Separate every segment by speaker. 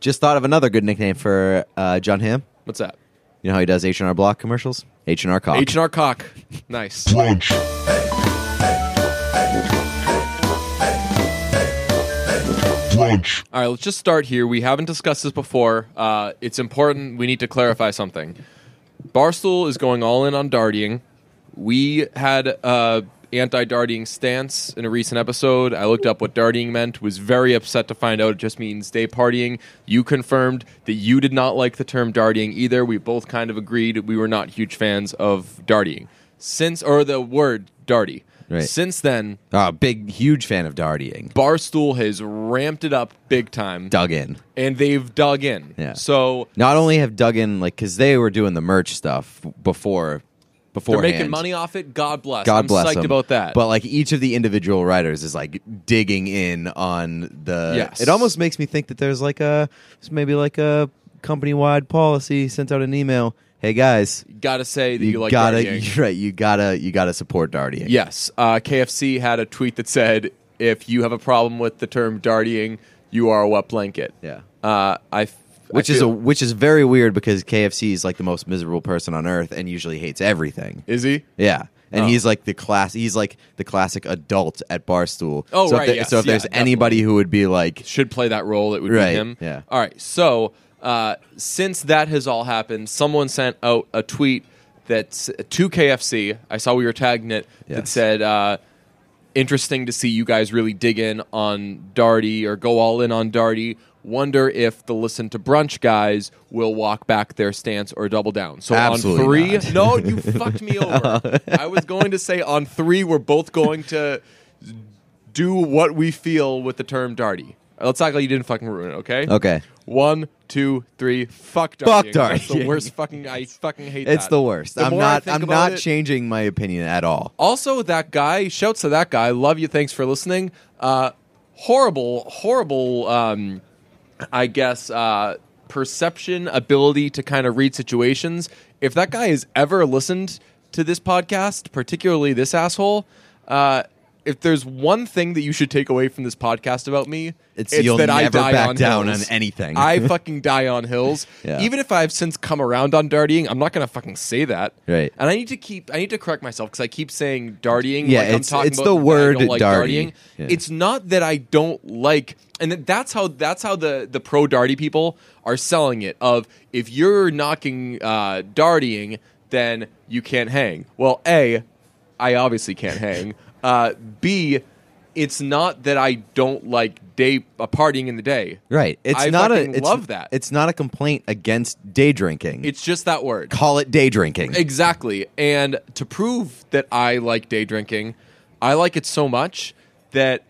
Speaker 1: Just thought of another good nickname for uh, John Hamm.
Speaker 2: What's that?
Speaker 1: You know how he does H and R Block commercials? H and R Cock.
Speaker 2: H and R cock. Nice.
Speaker 3: Crunch. Crunch.
Speaker 2: All right, let's just start here. We haven't discussed this before. Uh, it's important. We need to clarify something. Barstool is going all in on darting. We had a anti-darting stance in a recent episode. I looked up what darting meant. Was very upset to find out it just means day partying. You confirmed that you did not like the term darting either. We both kind of agreed we were not huge fans of darting since, or the word darty.
Speaker 1: Right.
Speaker 2: Since then,
Speaker 1: Oh, big, huge fan of dartying.
Speaker 2: Barstool has ramped it up big time
Speaker 1: Dug in.
Speaker 2: and they've dug in.
Speaker 1: Yeah.
Speaker 2: So
Speaker 1: Not only have dug in, like, because they were doing the merch stuff before, before
Speaker 2: they're making money off it. God bless.
Speaker 1: God
Speaker 2: I'm
Speaker 1: bless
Speaker 2: psyched
Speaker 1: them.
Speaker 2: about that.
Speaker 1: But like each of the individual writers is like digging in on the.
Speaker 2: Yes.
Speaker 1: It almost makes me think that there's like a there's maybe like a company wide policy sent out an email. Hey guys,
Speaker 2: gotta say that you, like
Speaker 1: gotta
Speaker 2: Darty Yang.
Speaker 1: you're right. You gotta you gotta support Darty.
Speaker 2: Yes. Uh, KFC had a tweet that said, if you have a problem with the term dartying, you are a wet blanket.
Speaker 1: Yeah.
Speaker 2: Uh, I. f- I
Speaker 1: Which is a
Speaker 2: feel-
Speaker 1: which is very weird because KFC is like the most miserable person on earth and usually hates everything.
Speaker 2: Is he?
Speaker 1: Yeah. And
Speaker 2: Oh.
Speaker 1: he's like the class. He's like the classic adult at Barstool.
Speaker 2: Oh,
Speaker 1: so
Speaker 2: right,
Speaker 1: If there-
Speaker 2: yes,
Speaker 1: So if
Speaker 2: yeah,
Speaker 1: there's anybody who would be like,
Speaker 2: should play that role, it would
Speaker 1: Right,
Speaker 2: be him.
Speaker 1: yeah.
Speaker 2: All right. So uh, since that has all happened, someone sent out a tweet that's to KFC. I saw we were tagging it that
Speaker 1: Yes.
Speaker 2: said, uh, "Interesting to see you guys really dig in on Darty or go all in on Darty." Wonder if the listen to brunch guys will walk back their stance or double down. So
Speaker 1: Absolutely
Speaker 2: on three,
Speaker 1: not.
Speaker 2: no, you fucked me over. I was going to say on three, we're both going to do what we feel with the term darty. Let's act like you didn't fucking ruin it, okay?
Speaker 1: okay,
Speaker 2: One, two, three. Fuck darty.
Speaker 1: Fuck
Speaker 2: That's the
Speaker 1: darty.
Speaker 2: worst fucking. I fucking hate.
Speaker 1: It's
Speaker 2: that.
Speaker 1: the worst. I'm
Speaker 2: more I
Speaker 1: not.
Speaker 2: think
Speaker 1: I'm
Speaker 2: about
Speaker 1: not
Speaker 2: it-
Speaker 1: changing my opinion at all.
Speaker 2: Also, that guy. Shouts to that guy. Love you. Thanks for listening. Uh, horrible, horrible. Um, I guess uh, perception ability to kind of read situations. If that guy has ever listened to this podcast, particularly this asshole, uh, if there's one thing that you should take away from this podcast about me,
Speaker 1: It's you'll
Speaker 2: that I
Speaker 1: never
Speaker 2: die
Speaker 1: back
Speaker 2: on
Speaker 1: down
Speaker 2: hills.
Speaker 1: on anything.
Speaker 2: I fucking die on hills.
Speaker 1: Yeah.
Speaker 2: Even if I've since come around on dartying, I'm not gonna fucking say that.
Speaker 1: Right.
Speaker 2: And I need to keep. I need to correct myself because I keep saying dartying.
Speaker 1: Yeah,
Speaker 2: like
Speaker 1: it's-
Speaker 2: I'm talking
Speaker 1: it's
Speaker 2: about
Speaker 1: the
Speaker 2: that I
Speaker 1: word
Speaker 2: don't like
Speaker 1: darty.
Speaker 2: dartying.
Speaker 1: Yeah.
Speaker 2: It's not that I don't like, and that- that's how that's how the the pro darty people are selling it. Of if you're knocking uh, dartying, then you can't hang. Well, a, I obviously can't hang. Uh, B, it's not that I don't like day uh, partying in the day.
Speaker 1: Right. It's
Speaker 2: I
Speaker 1: not a.
Speaker 2: fucking
Speaker 1: It's,
Speaker 2: love that.
Speaker 1: It's not a complaint against day drinking.
Speaker 2: It's just that word.
Speaker 1: Call it day drinking.
Speaker 2: Exactly. And to prove that I like day drinking, I like it so much that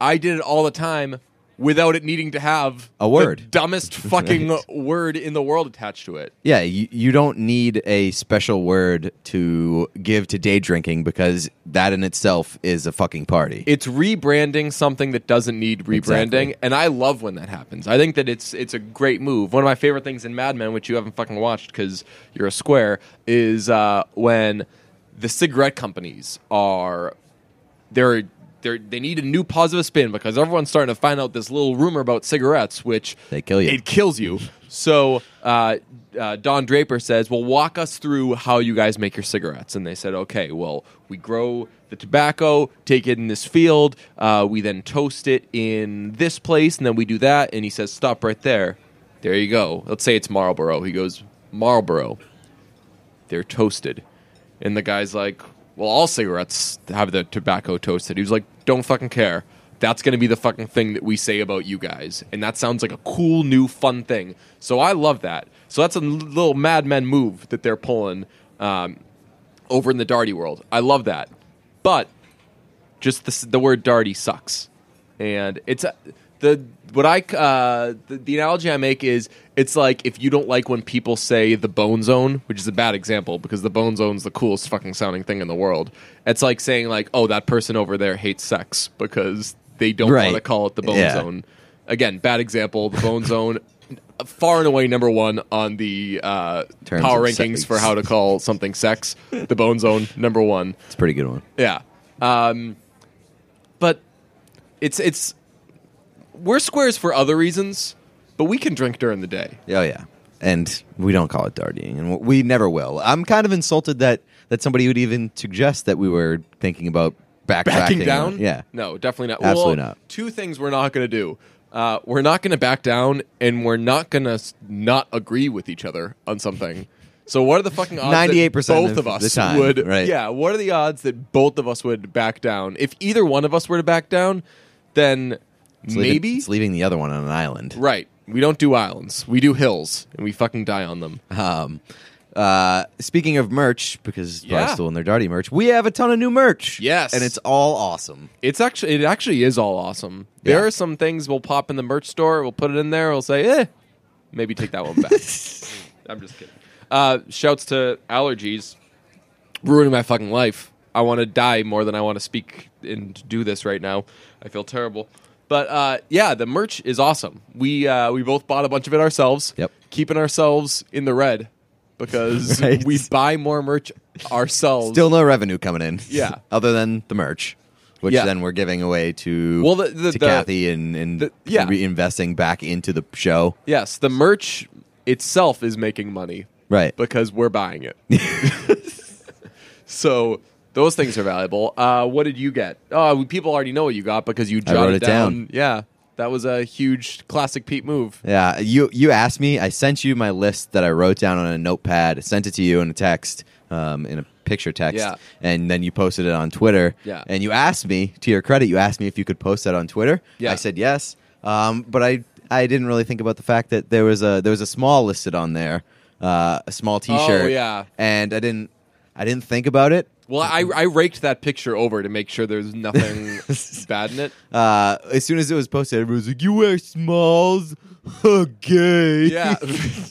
Speaker 2: I did it all the time without it needing to have
Speaker 1: A
Speaker 2: the
Speaker 1: word.
Speaker 2: dumbest fucking
Speaker 1: Right.
Speaker 2: word in the world attached to it.
Speaker 1: yeah, you, you don't need a special word to give to day drinking because that in itself is a fucking party.
Speaker 2: It's rebranding something that doesn't need rebranding,
Speaker 1: Exactly.
Speaker 2: and I love when that happens. I think that it's it's a great move. One of my favorite things in Mad Men, which you haven't fucking watched because you're a square, is uh, when the cigarette companies are they're they're they need a new positive spin because everyone's starting to find out this little rumor about cigarettes, which
Speaker 1: They kill you.
Speaker 2: It kills you. So uh, uh, Don Draper says, "Well, walk us through how you guys make your cigarettes." And they said, "Okay, well, we grow the tobacco, take it in this field, uh, we then toast it in this place, and then we do that." And he says, "Stop right there. There you go. Let's say it's Marlboro." He goes, "Marlboro." they're toasted. And the guy's like, well, all cigarettes have the tobacco toasted. He was like, don't fucking care. That's going to be the fucking thing that we say about you guys. And that sounds like a cool, new, fun thing. So I love that. So that's a l- little Mad Men move that they're pulling um, over in the Darty world. I love that. But just the, s- the word Darty sucks. And it's uh, the what I c- uh, the, the analogy I make is it's like if you don't like when people say the bone zone, which is a bad example because the bone zone's the coolest fucking sounding thing in the world. It's like saying like, oh, that person over there hates sex because they don't
Speaker 1: Right.
Speaker 2: want to call it the bone
Speaker 1: Yeah.
Speaker 2: zone. Again, bad example. The bone zone, far and away number one on the uh,
Speaker 1: Terms
Speaker 2: power
Speaker 1: of
Speaker 2: rankings
Speaker 1: sex.
Speaker 2: for how to call something sex. The bone zone, number one.
Speaker 1: It's a pretty good one.
Speaker 2: Yeah. Um, but it's it's we're squares for other reasons. but we can drink during the day.
Speaker 1: Oh yeah, and we don't call it darting, and we never will. I'm kind of insulted that that somebody would even suggest that we were thinking about backtracking.
Speaker 2: Backing down?
Speaker 1: yeah.
Speaker 2: No, definitely not.
Speaker 1: Absolutely
Speaker 2: Well,
Speaker 1: not.
Speaker 2: Two things we're not going to do. Uh, we're not going to back down, and we're not going to not agree with each other on something. So what are the fucking odds? that
Speaker 1: 98%
Speaker 2: both
Speaker 1: of
Speaker 2: of us
Speaker 1: the time,
Speaker 2: would.
Speaker 1: right.
Speaker 2: Yeah. What are the odds that both of us would back down? If either one of us were to back down, then
Speaker 1: It's leaving-
Speaker 2: maybe
Speaker 1: it's leaving the other one on an island.
Speaker 2: right. We don't do islands. We do hills, and we fucking die on them.
Speaker 1: Um, uh, speaking of merch, because it's probably
Speaker 2: Yeah.
Speaker 1: still in their darty merch, we have a ton of new merch.
Speaker 2: Yes.
Speaker 1: and it's all awesome.
Speaker 2: It's actually it actually is all awesome. There
Speaker 1: Yeah.
Speaker 2: are some things we'll pop in the merch store, we'll put it in there, we'll say, eh, maybe take that one back. I'm just kidding. Uh, shouts to allergies, ruining my fucking life. I want to die more than I want to speak and do this right now. I feel terrible. But uh, yeah, the merch is awesome. We uh, we both bought a bunch of it ourselves.
Speaker 1: Yep.
Speaker 2: keeping ourselves in the red because
Speaker 1: Right.
Speaker 2: we buy more merch ourselves.
Speaker 1: Still no revenue coming in.
Speaker 2: Yeah.
Speaker 1: other than the merch, which
Speaker 2: Yeah.
Speaker 1: then we're giving away to
Speaker 2: Well, the- the-
Speaker 1: to
Speaker 2: the-
Speaker 1: Kathy and and
Speaker 2: the- yeah.
Speaker 1: reinvesting back into the show.
Speaker 2: Yes, the merch itself is making money
Speaker 1: Right.
Speaker 2: because we're buying it. so those things are valuable. Uh, what did you get? Oh, people already know what you got because you
Speaker 1: I
Speaker 2: jotted
Speaker 1: wrote it down.
Speaker 2: Yeah, that was a huge classic Pete move.
Speaker 1: Yeah, you you asked me. I sent you my list that I wrote down on a notepad. Sent it to you in a text, um, in a picture text,
Speaker 2: Yeah.
Speaker 1: and then you posted it on Twitter.
Speaker 2: Yeah.
Speaker 1: and you asked me. To your credit, you asked me if you could post that on Twitter.
Speaker 2: Yeah.
Speaker 1: I said yes, um, but I I didn't really think about the fact that there was a there was a small listed on there, uh, a small T-shirt.
Speaker 2: Oh, yeah.
Speaker 1: and I didn't I didn't think about it.
Speaker 2: Well, I, I raked that picture over to make sure there's nothing bad in it.
Speaker 1: Uh, as soon as it was posted, everyone was like, "You wear smalls, okay?"
Speaker 2: Yeah,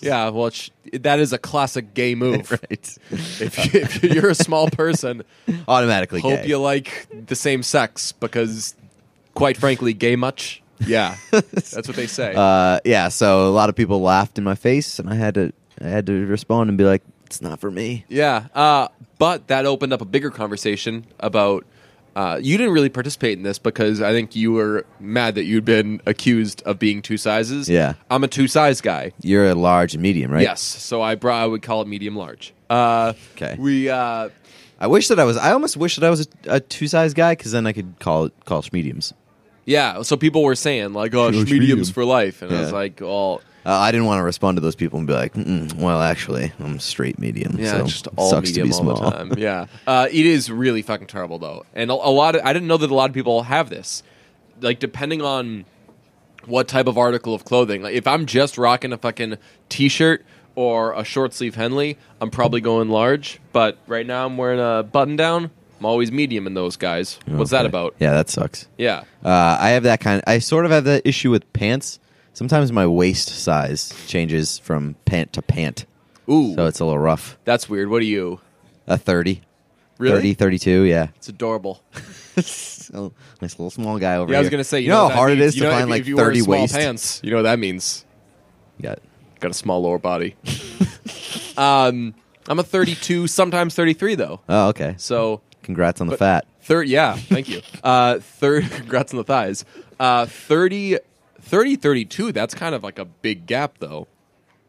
Speaker 2: yeah. Well, it's, that is a classic gay move.
Speaker 1: right.
Speaker 2: If, you, if you're a small person,
Speaker 1: Automatically,
Speaker 2: Hope
Speaker 1: gay.
Speaker 2: you like the same sex because, quite frankly, gay much. Yeah, that's what they say.
Speaker 1: uh, yeah, so a lot of people laughed in my face, and I had to I had to respond and be like, "It's not for me."
Speaker 2: yeah, uh, but that opened up a bigger conversation about. Uh, you didn't really participate in this because I think you were mad that you'd been accused of being two sizes.
Speaker 1: Yeah.
Speaker 2: I'm a two size guy.
Speaker 1: You're a large and medium, right?
Speaker 2: Yes, so I brought. I would call it medium large. Uh,
Speaker 1: 'Kay.
Speaker 2: We. Uh,
Speaker 1: I wish that I was. I almost wish that I was a, a two size guy because then I could call it call us mediums.
Speaker 2: yeah. So people were saying like, "Oh,
Speaker 1: Huge
Speaker 2: mediums
Speaker 1: medium.
Speaker 2: for life," and I was
Speaker 1: Yeah.
Speaker 2: like, "Well,
Speaker 1: Uh, I didn't want to respond to those people and be like, "Mm-mm, "Well, actually, I'm straight medium."
Speaker 2: Yeah,
Speaker 1: so
Speaker 2: just all
Speaker 1: sucks
Speaker 2: medium
Speaker 1: to be small.
Speaker 2: all the time. Yeah, uh, it is really fucking terrible though, and a, a lot. Of, I didn't know that a lot of people have this. Like, depending on what type of article of clothing, like if I'm just rocking a fucking t-shirt or a short sleeve Henley, I'm probably going large. But right now, I'm wearing a button down. I'm always medium in those guys. What's that
Speaker 1: Okay.
Speaker 2: about?
Speaker 1: Yeah, that sucks.
Speaker 2: Yeah.
Speaker 1: Uh, I have that kind. I sort of have that issue with pants. Sometimes my waist size changes from pant to pant,
Speaker 2: Ooh,
Speaker 1: so it's a little rough.
Speaker 2: that's weird. What are you?
Speaker 1: A thirty.
Speaker 2: Really?
Speaker 1: 30, 32, yeah.
Speaker 2: It's adorable.
Speaker 1: So, nice little small guy over
Speaker 2: Yeah,
Speaker 1: here.
Speaker 2: I was gonna say. You,
Speaker 1: know,
Speaker 2: what
Speaker 1: how
Speaker 2: that
Speaker 1: hard it
Speaker 2: means?
Speaker 1: is
Speaker 2: You
Speaker 1: to
Speaker 2: know,
Speaker 1: find
Speaker 2: if-
Speaker 1: like
Speaker 2: if you wear
Speaker 1: thirty
Speaker 2: small
Speaker 1: waist.
Speaker 2: pants. You know what that means.
Speaker 1: Yeah.
Speaker 2: got a small lower body. um, I'm a 32, sometimes 33 though.
Speaker 1: Oh, okay.
Speaker 2: So
Speaker 1: Congrats on the fat.
Speaker 2: third, yeah, thank you. Uh, third, congrats on the thighs. Uh, 30, 30, 32. That's kind of like a big gap though.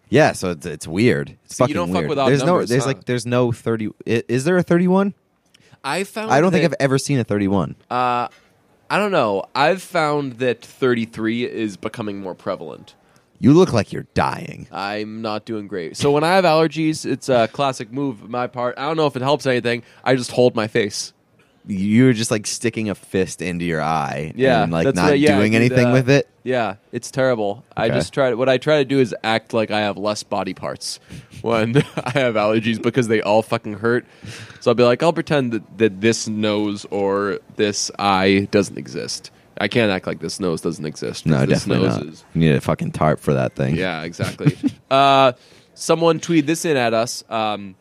Speaker 1: Yeah, so it's, it's weird. It's
Speaker 2: So
Speaker 1: fucking
Speaker 2: you don't fuck
Speaker 1: weird.
Speaker 2: with odd
Speaker 1: there's
Speaker 2: numbers,
Speaker 1: no, there's
Speaker 2: huh?
Speaker 1: like, there's no thirty. i- Is there a thirty-one?
Speaker 2: I found.
Speaker 1: I don't think I've
Speaker 2: that-
Speaker 1: ever seen a thirty-one.
Speaker 2: Uh, I don't know. I've found that 33 is becoming more prevalent.
Speaker 1: you look like you're dying.
Speaker 2: I'm not doing great. So when I have allergies, it's a classic move on my part. I don't know if it helps anything. I just hold my face.
Speaker 1: You're just like sticking a fist into your eye.
Speaker 2: yeah,
Speaker 1: and, like
Speaker 2: that's
Speaker 1: not
Speaker 2: what I- yeah, I
Speaker 1: doing
Speaker 2: did
Speaker 1: anything
Speaker 2: that.
Speaker 1: with it.
Speaker 2: Yeah, it's terrible. I
Speaker 1: Okay.
Speaker 2: just try. To, what I try to do is act like I have less body parts when I have allergies because they all fucking hurt. So I'll be like, I'll pretend that, that this nose or this eye doesn't exist. I can't act like this nose doesn't exist.
Speaker 1: No,
Speaker 2: because this
Speaker 1: definitely
Speaker 2: nose
Speaker 1: not.
Speaker 2: is-
Speaker 1: You need a fucking tarp for that thing.
Speaker 2: yeah, exactly. uh, someone tweeted this in at us. Um,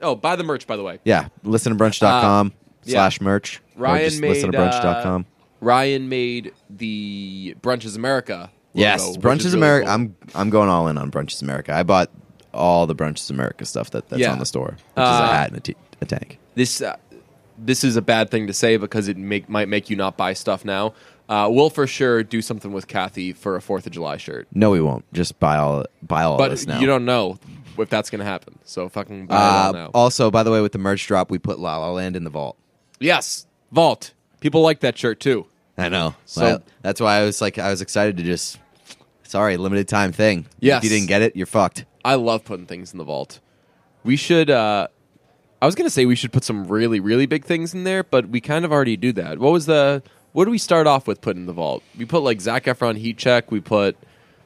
Speaker 2: oh, buy the merch, by the way.
Speaker 1: yeah. Listentobrunch.com
Speaker 2: Uh, yeah.
Speaker 1: slash merch. or
Speaker 2: Ryan
Speaker 1: just
Speaker 2: made
Speaker 1: listentobrunch.com.
Speaker 2: uh, Ryan made the Brunches America. Logo,
Speaker 1: Yes,
Speaker 2: which
Speaker 1: Brunch is,
Speaker 2: really
Speaker 1: America.
Speaker 2: cool.
Speaker 1: I'm I'm going all in on Brunch is America. I bought all the Brunch is America stuff that, that's
Speaker 2: Yeah.
Speaker 1: on the store, which is
Speaker 2: Uh,
Speaker 1: a hat and a, t- a tank.
Speaker 2: this uh, this is a bad thing to say because it make might make you not buy stuff now. Uh, we'll for sure do something with Kathy for a Fourth of July shirt,
Speaker 1: No, we won't. Just buy all buy all of
Speaker 2: but
Speaker 1: us now.
Speaker 2: you don't know if that's going to happen. So fucking buy it all
Speaker 1: Uh,
Speaker 2: now.
Speaker 1: also, by the way, with the merch drop, we put La La Land in the vault.
Speaker 2: yes, Vault. People like that shirt too.
Speaker 1: I know. So
Speaker 2: So-
Speaker 1: that's why I was like, I was excited to just. Sorry, limited time thing.
Speaker 2: Yes.
Speaker 1: If you didn't get it, you're fucked.
Speaker 2: I love putting things in the vault. We should. Uh, I was gonna say we should put some really, really big things in there, but we kind of already do that. What was the? What do we start off with putting in the vault? We put like Zac Efron heat check. We put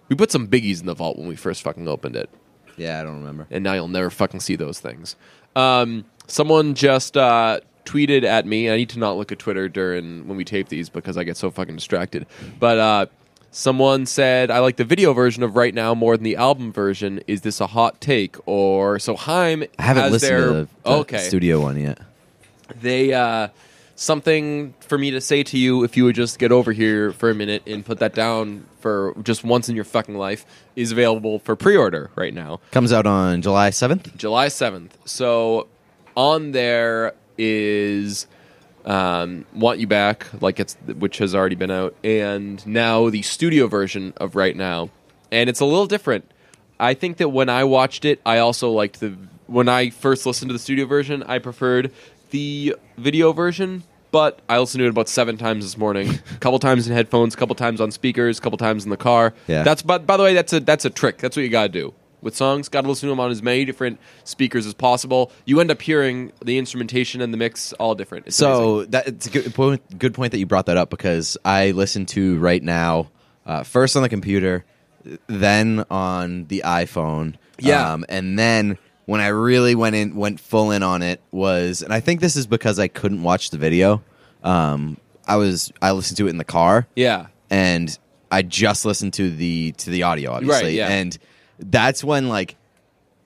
Speaker 2: we put some biggies in the vault when we first fucking opened it,
Speaker 1: Yeah, I don't remember.
Speaker 2: and now you'll never fucking see those things. Um, someone just uh, tweeted at me. I need to not look at Twitter during when we tape these because I get so fucking distracted. But uh, someone said I like the video version of Right Now more than the album version. Is this a hot take or so? Heim
Speaker 1: I haven't
Speaker 2: has
Speaker 1: listened
Speaker 2: their,
Speaker 1: to
Speaker 2: Oh,
Speaker 1: the, the
Speaker 2: okay
Speaker 1: studio one yet.
Speaker 2: they uh something for me to say to you if you would just get over here for a minute and put that down for just once in your fucking life is available for pre-order right now
Speaker 1: Comes out on July 7th.
Speaker 2: july 7th so on there is um, want you back like it's which has already been out and now the studio version of right now and it's a little different i think that when i watched it i also liked the when i first listened to the studio version i preferred the video version but i listened to it about seven times this morning a couple times in headphones a couple times on speakers a couple times in the car
Speaker 1: Yeah.
Speaker 2: that's but by the way that's a that's a trick that's what you gotta do with songs gotta listen to them on as many different speakers as possible you end up hearing the instrumentation and the mix all different It's amazing.
Speaker 1: So that it's a good point, good point that you brought that up because I listen to right now uh, first on the computer, then on the iPhone. Um,
Speaker 2: Yeah.
Speaker 1: and then when I really went in, went full in on it was, and I think this is because I couldn't watch the video. Um, I was I listened to it in the car.
Speaker 2: Yeah.
Speaker 1: and I just listened to the to the audio obviously
Speaker 2: yeah.
Speaker 1: and that's when like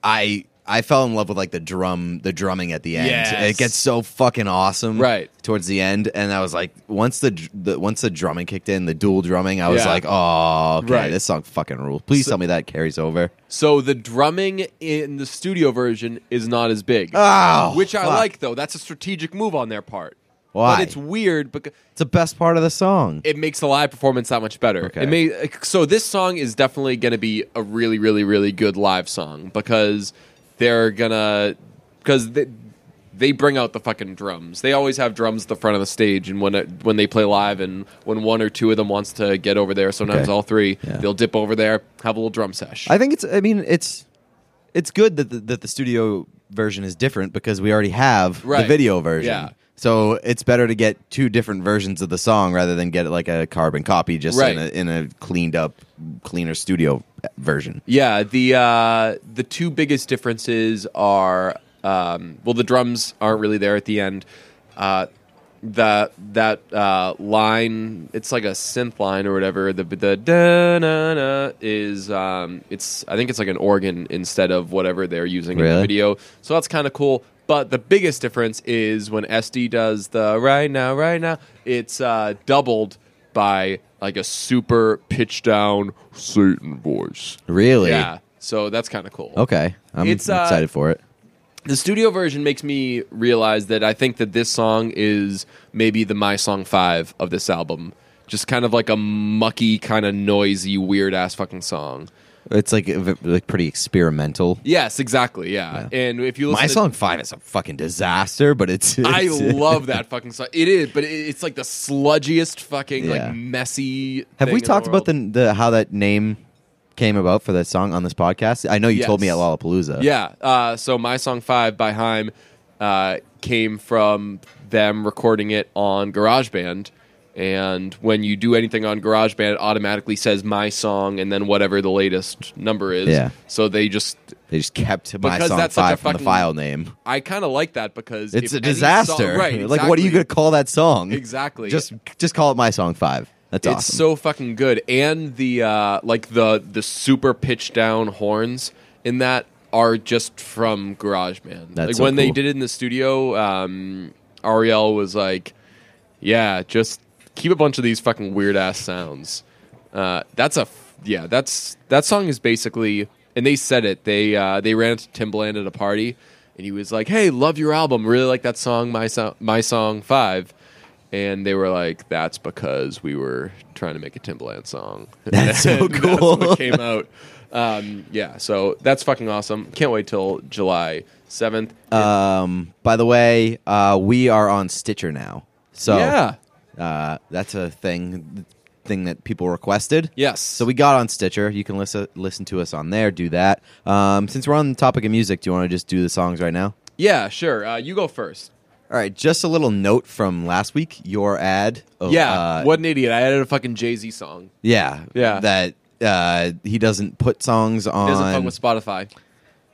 Speaker 1: I I fell in love with like the drum the drumming at the end
Speaker 2: Yes.
Speaker 1: it gets so fucking awesome
Speaker 2: Right.
Speaker 1: towards the end and I was like once the, dr- the once the drumming kicked in the dual drumming I was
Speaker 2: Yeah.
Speaker 1: like oh okay
Speaker 2: Right.
Speaker 1: this song fucking rules please tell me that carries over
Speaker 2: So the drumming in the studio version is not as big.
Speaker 1: Oh,
Speaker 2: which I
Speaker 1: fuck.
Speaker 2: like though. That's a strategic move on their part.
Speaker 1: Why?
Speaker 2: But it's weird because
Speaker 1: it's the best part of the song
Speaker 2: it makes the live performance that much better.
Speaker 1: Okay.
Speaker 2: It may so this song is definitely going to be a really really really good live song because they're going to cuz they, they bring out the fucking drums. They always have drums at the front of the stage and when it, when they play live and when one or two of them wants to get over there, sometimes
Speaker 1: Okay.
Speaker 2: all three,
Speaker 1: Yeah.
Speaker 2: they'll dip over there, have a little drum sesh.
Speaker 1: I think it's. I mean, it's it's good that the, that the studio version is different because we already have the
Speaker 2: Right.
Speaker 1: video version.
Speaker 2: Yeah.
Speaker 1: So it's better to get two different versions of the song rather than get like a carbon copy just
Speaker 2: Right.
Speaker 1: in, a, in a cleaned up, cleaner studio version.
Speaker 2: Yeah, the uh, the two biggest differences are um, well, the drums aren't really there at the end. Uh, that that uh, line, it's like a synth line or whatever. The the da na na is um, it's I think it's like an organ instead of whatever they're using in
Speaker 1: Really?
Speaker 2: the video. So that's kind of cool. But the biggest difference is when SD does the right now, right now, it's uh, doubled by like a super pitched down Satan voice.
Speaker 1: Really?
Speaker 2: Yeah. So that's kind of cool.
Speaker 1: Okay. I'm
Speaker 2: It's, uh,
Speaker 1: excited for it.
Speaker 2: The studio version makes me realize that I think that this song is maybe the my song 5 of this album. Just kind of like a mucky, kind of noisy, weird ass fucking song.
Speaker 1: It's like v- like pretty experimental.
Speaker 2: Yes, exactly. Yeah.
Speaker 1: Yeah.
Speaker 2: And if you listen
Speaker 1: My
Speaker 2: to-
Speaker 1: song five is a fucking disaster, but it's.
Speaker 2: I
Speaker 1: it's-
Speaker 2: love that fucking song. It is, but it, it's like the sludgiest fucking
Speaker 1: Yeah.
Speaker 2: like messy.
Speaker 1: Have
Speaker 2: thing
Speaker 1: we
Speaker 2: in
Speaker 1: talked about
Speaker 2: world.
Speaker 1: the, the how that name came about for that song on this podcast? I know you told me at
Speaker 2: Yes.
Speaker 1: Lollapalooza.
Speaker 2: Yeah. Uh, so my song five by Heim uh, came from them recording it on GarageBand, and when you do anything on GarageBand, it automatically says my song and then whatever the latest number is.
Speaker 1: Yeah.
Speaker 2: So they just.
Speaker 1: They just kept my
Speaker 2: Because
Speaker 1: song
Speaker 2: that's such a
Speaker 1: five from the
Speaker 2: fucking-
Speaker 1: file name.
Speaker 2: I kind of like that because
Speaker 1: It's
Speaker 2: if
Speaker 1: a
Speaker 2: any
Speaker 1: disaster.
Speaker 2: Song, right.
Speaker 1: Like, what are you
Speaker 2: exactly.
Speaker 1: going to call that song?
Speaker 2: Exactly.
Speaker 1: Just, just call it my song five. That's
Speaker 2: it's
Speaker 1: awesome.
Speaker 2: so fucking good and the uh like the the super pitched down horns in that are just from garageband
Speaker 1: That's
Speaker 2: like
Speaker 1: so
Speaker 2: when they
Speaker 1: cool.
Speaker 2: did it in the studio um ariel was like yeah just keep a bunch of these fucking weird ass sounds uh that's a f- yeah that's that song is basically and they said it they uh they ran into timbaland at a party and he was like hey love your album really like that song my song my song five and they were like, "That's because we were trying to make a Timbaland song."
Speaker 1: That's so
Speaker 2: And that's
Speaker 1: cool.
Speaker 2: what came out. Um, yeah, so that's fucking awesome. Can't wait till July seventh.
Speaker 1: Um, by the way, uh, we are on Stitcher now, so
Speaker 2: yeah,
Speaker 1: uh, that's a thing thing that people requested.
Speaker 2: yes.
Speaker 1: So we got on Stitcher. You can listen listen to us on there. Do that. Um, since we're on the topic of music, do you want to just do the songs right now?
Speaker 2: yeah, sure. Uh, you go first.
Speaker 1: All right. Just a little note from last week. Your ad. Of,
Speaker 2: yeah,
Speaker 1: uh,
Speaker 2: what an idiot! I added a fucking Jay Z song.
Speaker 1: Yeah.
Speaker 2: Yeah.
Speaker 1: That uh, he doesn't put songs on.
Speaker 2: It doesn't fuck with Spotify.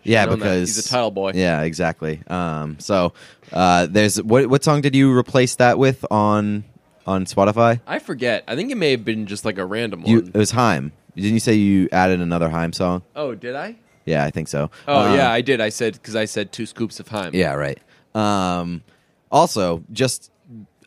Speaker 1: yeah,
Speaker 2: known that.
Speaker 1: because
Speaker 2: He's a title boy.
Speaker 1: Yeah, exactly. Um, so uh, there's what what song did you replace that with on on Spotify?
Speaker 2: I forget. I think it may have been just like a random
Speaker 1: You uh,
Speaker 2: one.
Speaker 1: it was Heim. Didn't you say you added another Heim song?
Speaker 2: oh, did I?
Speaker 1: Yeah, I think so.
Speaker 2: Oh
Speaker 1: Um,
Speaker 2: yeah, I did. I said because I said two scoops of Heim.
Speaker 1: Yeah, right. Um, also, just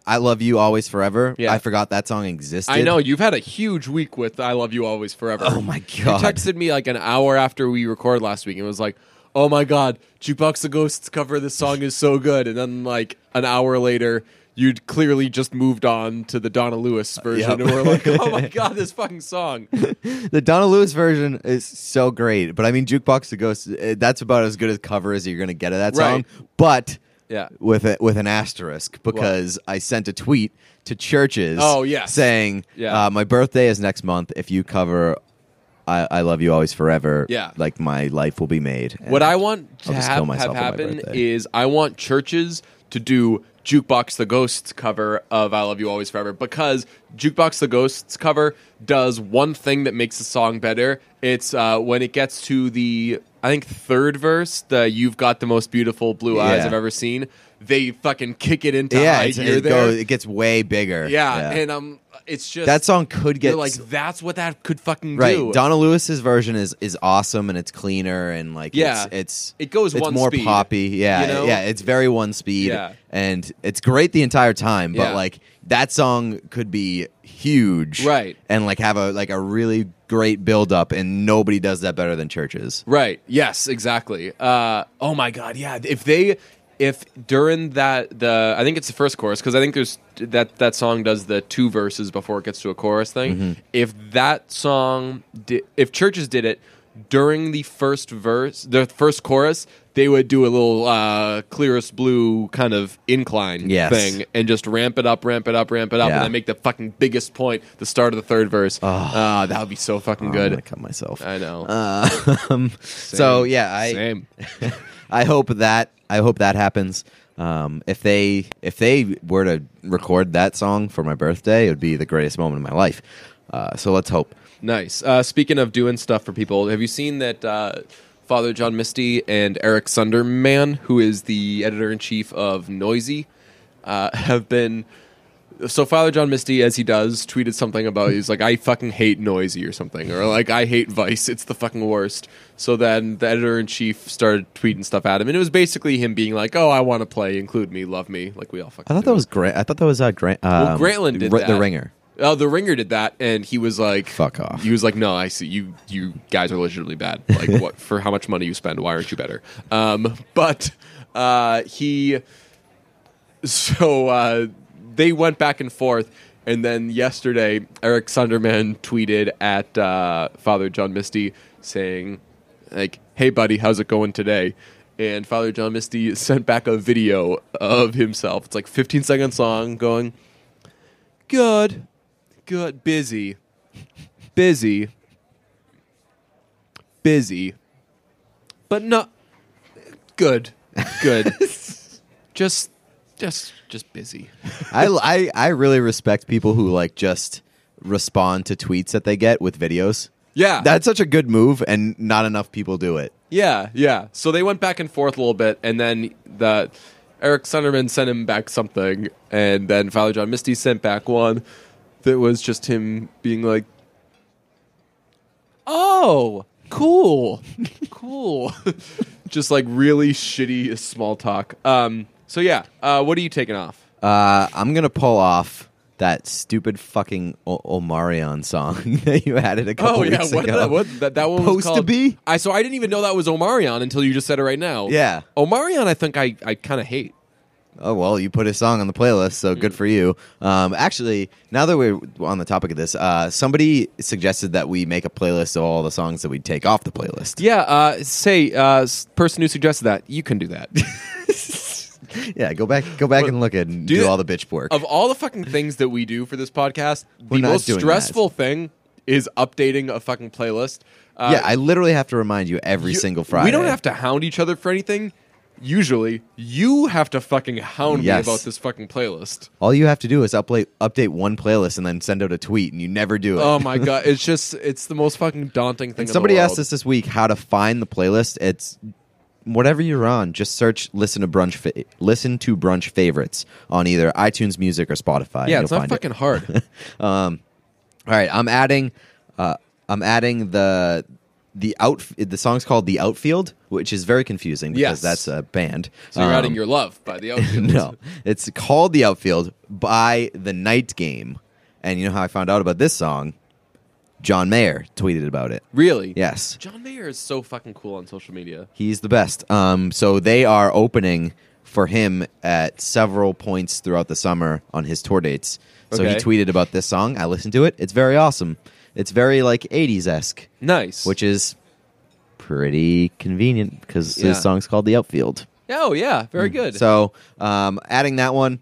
Speaker 1: I love you always forever.
Speaker 2: Yeah.
Speaker 1: I forgot that song existed.
Speaker 2: I know you've had a huge week with "I Love You Always Forever."
Speaker 1: Oh my
Speaker 2: You
Speaker 1: God.
Speaker 2: texted me like an hour after we recorded last week and was like, "Oh my god, Jukebox the Ghosts cover of this song is so good," and then like an hour later. You'd clearly just moved on to the Donna Lewis version,
Speaker 1: Yep.
Speaker 2: and we're like, "Oh my god, this fucking song!"
Speaker 1: The Donna Lewis version is so great, but I mean, Jukebox to Ghost. eh, That's about as good a cover as you're going to get of that
Speaker 2: Right.
Speaker 1: song. But
Speaker 2: Yeah.
Speaker 1: with a, with an asterisk because I sent a tweet to churches.
Speaker 2: Oh, yes.
Speaker 1: saying
Speaker 2: Yeah.
Speaker 1: uh, my birthday is next month. If you cover. I, I love you always forever.
Speaker 2: Yeah.
Speaker 1: like my life will be made. And
Speaker 2: What I want to
Speaker 1: I'll just
Speaker 2: have,
Speaker 1: kill myself
Speaker 2: have
Speaker 1: on my
Speaker 2: happen
Speaker 1: birthday.
Speaker 2: is I want churches to do Jukebox the Ghosts cover of I Love You Always Forever because Jukebox the Ghosts cover does one thing that makes the song better. It's uh, when it gets to the, I think, third verse, the You've Got the Most Beautiful Blue Eyes
Speaker 1: Yeah.
Speaker 2: I've Ever Seen, they fucking kick it into
Speaker 1: yeah,
Speaker 2: high
Speaker 1: it's-
Speaker 2: gear
Speaker 1: it
Speaker 2: there.
Speaker 1: goes. It gets way bigger.
Speaker 2: yeah, and um, it's just.
Speaker 1: that song could get
Speaker 2: you're like, that's what that could fucking
Speaker 1: right.
Speaker 2: do.
Speaker 1: Donna Lewis's version is is awesome and it's cleaner and like
Speaker 2: Yeah.
Speaker 1: it's, it's
Speaker 2: It goes
Speaker 1: it's
Speaker 2: one
Speaker 1: more
Speaker 2: speed,
Speaker 1: poppy. Yeah,
Speaker 2: you know?
Speaker 1: yeah, it's very one speed.
Speaker 2: Yeah.
Speaker 1: and it's great the entire time. But
Speaker 2: Yeah.
Speaker 1: like that song could be huge,
Speaker 2: Right.
Speaker 1: And like have a like a really great build up, and nobody does that better than churches.
Speaker 2: Right. Yes. Exactly. Uh, oh my God. Yeah. If they, if during that the, I think it's the first chorus because I think there's that that song does the two verses before it gets to a chorus thing.
Speaker 1: Mm-hmm.
Speaker 2: If that song, di- if churches did it during the first verse, the first chorus, they would do a little uh, clearest blue kind of incline
Speaker 1: Yes.
Speaker 2: thing and just ramp it up, ramp it up, ramp it up,
Speaker 1: Yeah.
Speaker 2: and then make the fucking biggest point the start of the third verse. Ah, that would be so fucking
Speaker 1: I'm
Speaker 2: good.
Speaker 1: gonna cut myself.
Speaker 2: I know.
Speaker 1: Oh Uh, um, so yeah, I
Speaker 2: Same.
Speaker 1: I hope that I hope that happens. Um, if they if they were to record that song for my birthday, it would be the greatest moment of my life. Uh, so let's hope.
Speaker 2: Nice. Uh, speaking of doing stuff for people, have you seen that uh, Father John Misty and Eric Sunderman, who is the editor in chief of Noisy, uh, have been. So Father John Misty, as he does, tweeted something about he's like, "I fucking hate Noisy" or something, or like, "I hate Vice. It's the fucking worst." So then the editor in chief started tweeting stuff at him, and it was basically him being like, "Oh, I want to play. Include me. Love me." Like we all fucking.
Speaker 1: I thought
Speaker 2: do.
Speaker 1: that was great. I thought that was uh, Grant.
Speaker 2: Well, Grantland did
Speaker 1: Ri-
Speaker 2: that.
Speaker 1: the ringer.
Speaker 2: Oh, the ringer did that, and he was like,
Speaker 1: Fuck off.
Speaker 2: He was like, "No, I see you. You guys are legitimately bad. Like, what for? How much money you spend? Why aren't you better?" Um, but uh, he, so uh, they went back and forth, and then yesterday, Eric Sunderman tweeted at uh, Father John Misty saying, "Like, hey buddy, how's it going today?" And Father John Misty sent back a video of himself. It's like 15 seconds long, going good, good, busy, busy, busy, but not good, good. just, just, just busy.
Speaker 1: I, I I really respect people who like just respond to tweets that they get with videos.
Speaker 2: Yeah,
Speaker 1: That's such a good move, and not enough people do it.
Speaker 2: yeah, yeah. So they went back and forth a little bit, and then the Eric Sunderman sent him back something, and then Father John Misty sent back one that was just him being like, "Oh, cool, cool." just like really shitty small talk. Um, so yeah, uh, what are you taking off?
Speaker 1: Uh, I'm gonna pull off that stupid fucking o- Omarion song that you added a couple
Speaker 2: Oh yeah,
Speaker 1: weeks
Speaker 2: what,
Speaker 1: ago.
Speaker 2: the, what that, that one was
Speaker 1: Supposed to
Speaker 2: called,
Speaker 1: be?
Speaker 2: I so I didn't even know that was Omarion until you just said it right now.
Speaker 1: Yeah.
Speaker 2: Omarion, I think I I kind of hate.
Speaker 1: Oh well, you put his song on the playlist, so
Speaker 2: Mm.
Speaker 1: good for you. Um, actually, now that we're on the topic of this, uh, somebody suggested that we make a playlist of all the songs that we take off the playlist.
Speaker 2: Yeah, uh, say uh, s- person who suggested that you can do that.
Speaker 1: Yeah, go back, go back and look at and do,
Speaker 2: that-
Speaker 1: all the bitch work.
Speaker 2: of all the fucking things that we do for this podcast,
Speaker 1: We're
Speaker 2: the
Speaker 1: not
Speaker 2: most
Speaker 1: doing that.
Speaker 2: stressful thing is updating a fucking playlist. Uh,
Speaker 1: yeah, I literally have to remind you every
Speaker 2: you-
Speaker 1: single Friday.
Speaker 2: We don't have to hound each other for anything. Usually, you have to fucking hound
Speaker 1: Yes.
Speaker 2: me about this fucking playlist.
Speaker 1: All you have to do is update update one playlist and then send out a tweet, and you never do it.
Speaker 2: Oh my god, it's just it's the most fucking daunting thing. in
Speaker 1: And
Speaker 2: the
Speaker 1: somebody asked
Speaker 2: world.
Speaker 1: us this week how to find the playlist. It's whatever you're on, just search "listen to brunch fa- listen to brunch favorites" on either iTunes Music or Spotify. and
Speaker 2: Yeah, it's
Speaker 1: you'll
Speaker 2: not
Speaker 1: find it.
Speaker 2: fucking hard.
Speaker 1: All right, I'm adding. Uh, I'm adding the the out. The song's called "The Outfield," which is very confusing
Speaker 2: Yes.
Speaker 1: because that's a band.
Speaker 2: So you're
Speaker 1: Um,
Speaker 2: adding your love by the outfield.
Speaker 1: no, it's called "The Outfield" by the Night Game, and you know how I found out about this song? John Mayer tweeted about it.
Speaker 2: Really?
Speaker 1: Yes,
Speaker 2: John Mayer is so fucking cool on social media.
Speaker 1: he's the best. Um, so they are opening for him at several points throughout the summer on his tour dates. So he
Speaker 2: Okay.
Speaker 1: tweeted about this song. I listened to it. It's very awesome. It's very like '80s esque.
Speaker 2: Nice.
Speaker 1: which is pretty convenient because
Speaker 2: Yeah.
Speaker 1: this song's called "The Outfield."
Speaker 2: oh yeah, very
Speaker 1: Mm.
Speaker 2: good.
Speaker 1: So, um, adding that one,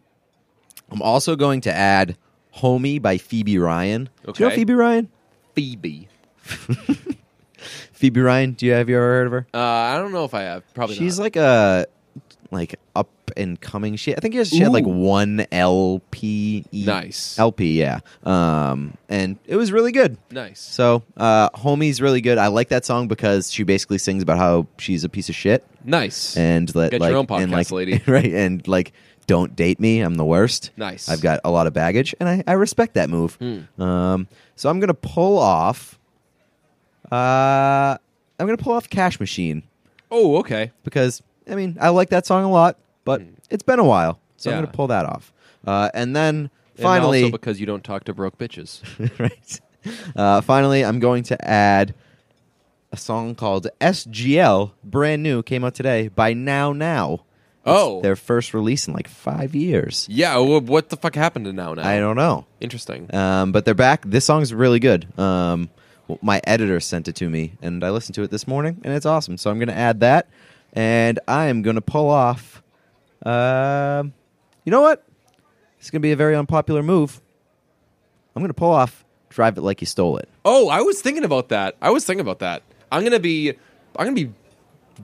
Speaker 1: I'm also going to add "Homie" by Phoebe Ryan. Do you know
Speaker 2: Okay.
Speaker 1: Phoebe Ryan?
Speaker 2: Phoebe.
Speaker 1: Phoebe Ryan. Do you have you ever heard of her?
Speaker 2: Uh, I don't know if I have. Probably
Speaker 1: She's
Speaker 2: not.
Speaker 1: like a like up and coming. She I think she had like
Speaker 2: Ooh.
Speaker 1: one LP.
Speaker 2: Nice.
Speaker 1: LP. Yeah. Um, and it was really good.
Speaker 2: nice.
Speaker 1: So, uh, "Homie's" really good. I like that song because she basically sings about how she's a piece of shit.
Speaker 2: Nice.
Speaker 1: and let
Speaker 2: Get
Speaker 1: like
Speaker 2: your own podcast,
Speaker 1: and like
Speaker 2: lady.
Speaker 1: right and like don't date me i'm the worst
Speaker 2: Nice. Hmm.
Speaker 1: i've got a lot of baggage and i, I respect that move um, so i'm gonna pull off uh, i'm gonna pull off cash machine
Speaker 2: oh, okay.
Speaker 1: because i mean i like that song a lot but it's been a while so
Speaker 2: Hmm. Yeah.
Speaker 1: i'm gonna pull that off uh, and then finally
Speaker 2: and also because you don't talk to broke bitches.
Speaker 1: right. Uh, finally, I'm going to add a song called SGL, brand new, came out today by Now Now. It's
Speaker 2: Oh.
Speaker 1: their first release in like five years.
Speaker 2: yeah. Well, what the fuck happened to now? Now
Speaker 1: I don't know,
Speaker 2: Interesting.
Speaker 1: um, but they're back. This song's really good. Um, w- my editor sent it to me, and I listened to it this morning, and it's awesome. So I'm going to add that, and I am going to pull off. Um, you know what? It's going to be a very unpopular move. I'm going to pull off "Drive It Like You Stole It."
Speaker 2: Oh, I was thinking about that. I was thinking about that. I'm gonna be, I'm gonna be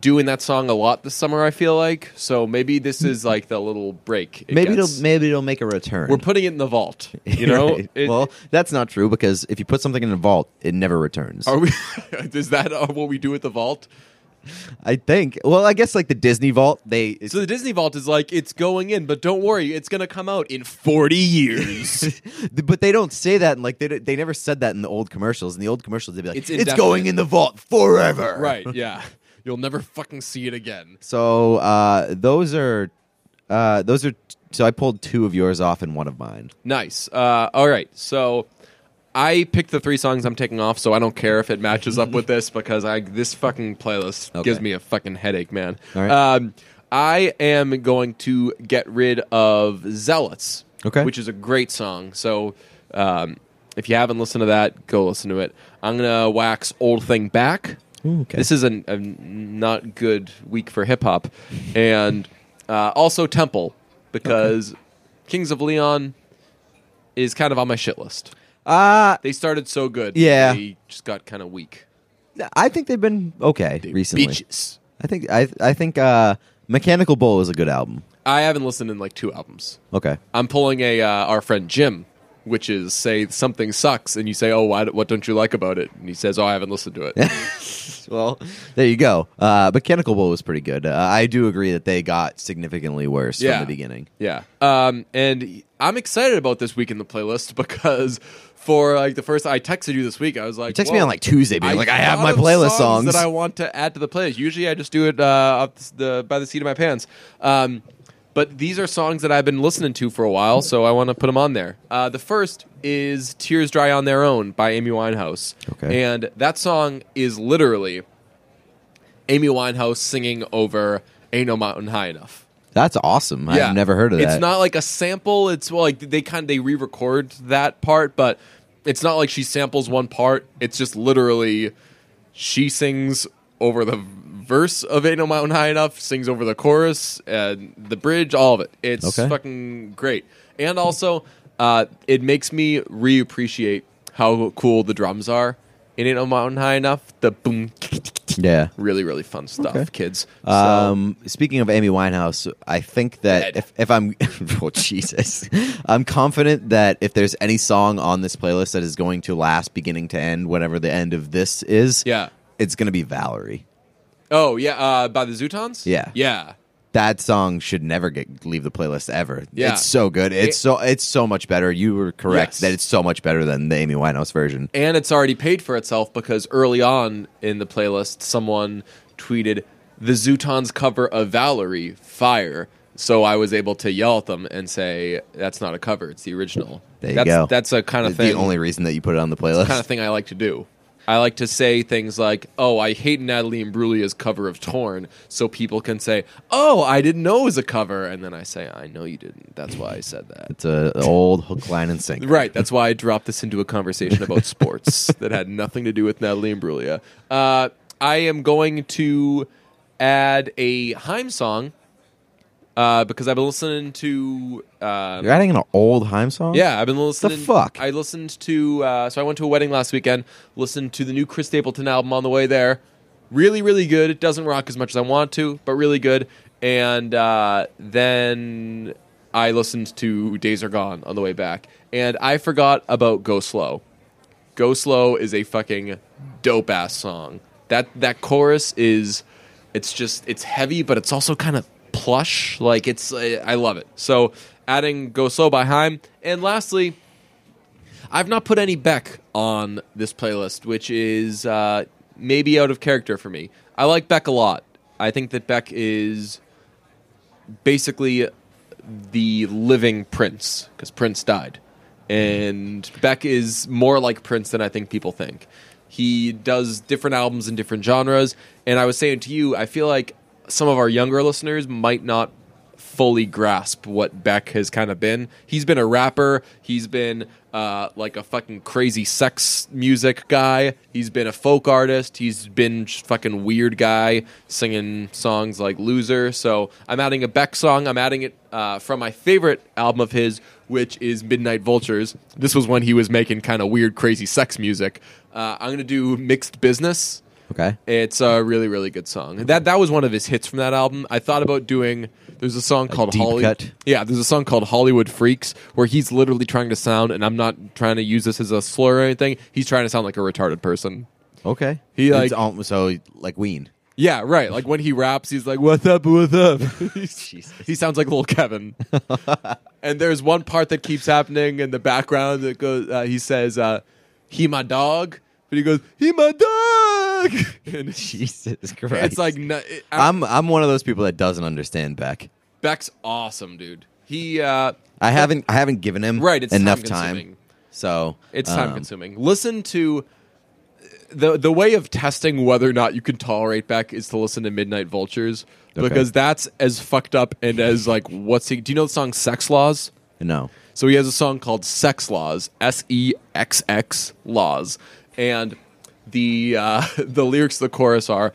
Speaker 2: doing that song a lot this summer. I feel like so maybe this is like the little break. it
Speaker 1: Hmm. Maybe
Speaker 2: gets.
Speaker 1: it'll maybe it'll make a return.
Speaker 2: we're putting it in the vault. You know,
Speaker 1: Right.
Speaker 2: It-
Speaker 1: well, that's not true because if you put something in a vault, it never returns.
Speaker 2: are we? is that uh, what we do with the vault?
Speaker 1: I think. Well, I guess like the Disney vault, they
Speaker 2: So the Disney vault is like it's going in, but don't worry, it's gonna come out in 40 years.
Speaker 1: but they don't say that and like they don't- they never said that in the old commercials. In the old commercials they'd be like
Speaker 2: It's
Speaker 1: it's,
Speaker 2: indefinite."
Speaker 1: going in the vault forever.
Speaker 2: right? Yeah, you'll never fucking see it again.
Speaker 1: So, uh those are uh those are so I pulled two of yours off and one of mine.
Speaker 2: Nice. Uh, all right. So I picked the three songs I'm taking off, so I don't care if it matches up with this because I this fucking playlist
Speaker 1: Okay.
Speaker 2: gives me a fucking headache, man.
Speaker 1: All right.
Speaker 2: Um, I am going to get rid of Zealots,
Speaker 1: Okay.
Speaker 2: which is a great song. So um, if you haven't listened to that, go listen to it. I'm gonna wax Old Thing Back.
Speaker 1: Ooh, okay.
Speaker 2: This is a, a not good week for hip hop, and uh, also Temple because Kings of Leon is kind of on my shit list.
Speaker 1: Uh
Speaker 2: They started so good,
Speaker 1: Yeah.
Speaker 2: they just got kind of weak.
Speaker 1: I think they've been okay recently.
Speaker 2: Bitches.
Speaker 1: I think I I think uh Mechanical Bull is a good album.
Speaker 2: I haven't listened in like two albums.
Speaker 1: Okay.
Speaker 2: I'm pulling a uh, our friend Jim, which is say something sucks, and you say, "Oh, why, what don't you like about it?" And he says, "Oh, I haven't listened to it."
Speaker 1: well, there you go. Uh, Mechanical Bull was pretty good. Uh, I do agree that they got significantly worse
Speaker 2: Yeah.
Speaker 1: from the beginning.
Speaker 2: Yeah. Um, and I'm excited about this week in the playlist because for like the first, I texted you this week. I was like,
Speaker 1: You text me
Speaker 2: "Whoa,
Speaker 1: on like Tuesday, being like, I have
Speaker 2: thought
Speaker 1: my
Speaker 2: of
Speaker 1: playlist songs.
Speaker 2: that I want to add to the playlist. Usually, I just do it uh, up the by the seat of my pants. Um, but these are songs that I've been listening to for a while, so I want to put them on there. Uh, the first is "Tears Dry on Their Own" by Amy Winehouse,
Speaker 1: Okay.
Speaker 2: and that song is literally Amy Winehouse singing over "Ain't No Mountain High Enough."
Speaker 1: That's awesome.
Speaker 2: Yeah.
Speaker 1: I've never heard of that.
Speaker 2: It's not like a sample. It's well, like they kind of they re-record that part, but it's not like she samples one part. It's just literally she sings over the verse of "Ain't No Mountain High Enough," sings over the chorus and the bridge, all of it. It's
Speaker 1: Okay.
Speaker 2: fucking great. And also, uh, it makes me re-appreciate how cool the drums are. in Ain't No Mountain High Enough. The boom,
Speaker 1: Yeah.
Speaker 2: really, really fun stuff, kids. So-
Speaker 1: Um, speaking of Amy Winehouse, I think that
Speaker 2: Dead.
Speaker 1: if, if I'm, well, Jesus, I'm confident that if there's any song on this playlist that is going to last beginning to end, whatever the end of this is,
Speaker 2: Yeah.
Speaker 1: it's going to be Valerie.
Speaker 2: oh yeah, uh, by the Zootons.
Speaker 1: Yeah.
Speaker 2: yeah.
Speaker 1: That song should never get leave the playlist ever.
Speaker 2: Yeah.
Speaker 1: It's so good. It's
Speaker 2: It-
Speaker 1: so it's so much better. You were correct
Speaker 2: Yes.
Speaker 1: that it's so much better than the Amy Winehouse version.
Speaker 2: and it's already paid for itself because early on in the playlist, someone tweeted the Zootons cover of Valerie Fire. So I was able to yell at them and say, "That's not a cover; it's the original."
Speaker 1: There you
Speaker 2: that's,
Speaker 1: go.
Speaker 2: That's a kind of
Speaker 1: the
Speaker 2: thing.
Speaker 1: only reason that you put it on the playlist.
Speaker 2: kind of thing I like to do. I like to say things like, "Oh, I hate Natalie Imbruglia's cover of Torn," so people can say, "Oh, I didn't know it was a cover," and then I say, "I know you didn't. That's why I said that."
Speaker 1: it's an old hook, line, and sinker.
Speaker 2: Right. That's why I dropped this into a conversation about sports that had nothing to do with Natalie Imbruglia. Uh, I am going to add a Heim song uh, because I've been listening to. Uh,
Speaker 1: You're adding an old Heim song.
Speaker 2: yeah, I've been listening.
Speaker 1: fuck?
Speaker 2: I listened to. Uh, so I went to a wedding last weekend. Listened to the new Chris Stapleton album on the way there. Really, really good. It doesn't rock as much as I want to, but really good. And uh, then I listened to Days Are Gone on the way back, and I forgot about Go Slow. Go Slow is a fucking dope ass song. That that chorus is it's just it's heavy but it's also kind of plush. Like it's I I love it. So adding Go Slow by Heim and lastly I've not put any Beck on this playlist, which is uh, maybe out of character for me. I like Beck a lot. I think that Beck is basically the living Prince because Prince died, and Beck is more like Prince than I think people think. He does different albums in different genres, and I was saying to you, I feel like some of our younger listeners might not fully grasp what Beck has kind of been. He's been a rapper. He's been uh, like a fucking crazy sex music guy. He's been a folk artist. He's been just fucking weird guy singing songs like "Loser." So I'm adding a Beck song. I'm adding it uh, from my favorite album of his, which is Midnight Vultures. This was when he was making kind of weird, crazy sex music. Uh, I'm gonna do "Mixed Business."
Speaker 1: Okay.
Speaker 2: It's a really, really good song. That that was one of his hits from that album. I thought about doing. There's a song called
Speaker 1: deep
Speaker 2: Hollywood.
Speaker 1: cut?
Speaker 2: Yeah, there's a song called Hollywood Freaks where he's literally trying to sound, and I'm not trying to use this as a slur or anything. He's trying to sound like a retarded person.
Speaker 1: Okay.
Speaker 2: He,
Speaker 1: It's
Speaker 2: like-
Speaker 1: almost so like Ween.
Speaker 2: Yeah, right. Like when he raps, he's like, "What's up? What's up?" He's- he sounds like little Kevin. and there's one part that keeps happening in the background that goes. Uh, he says, uh, "He my dog," but he goes, "He my dog," and it's,
Speaker 1: Jesus Christ.
Speaker 2: it's like. nu- it- I-
Speaker 1: I'm I'm one of those people that doesn't understand Beck.
Speaker 2: Beck's awesome, dude. He uh
Speaker 1: I haven't I haven't given him
Speaker 2: Right, it's
Speaker 1: enough
Speaker 2: time-consuming.
Speaker 1: time. So
Speaker 2: it's
Speaker 1: um,
Speaker 2: time consuming. Listen to the the way of testing whether or not you can tolerate Beck is to listen to Midnight Vultures
Speaker 1: Okay.
Speaker 2: because that's as fucked up and as like what's he do you know the song Sex Laws?
Speaker 1: No.
Speaker 2: So he has a song called Sex Laws, S E X X Laws. And the uh, the lyrics to the chorus are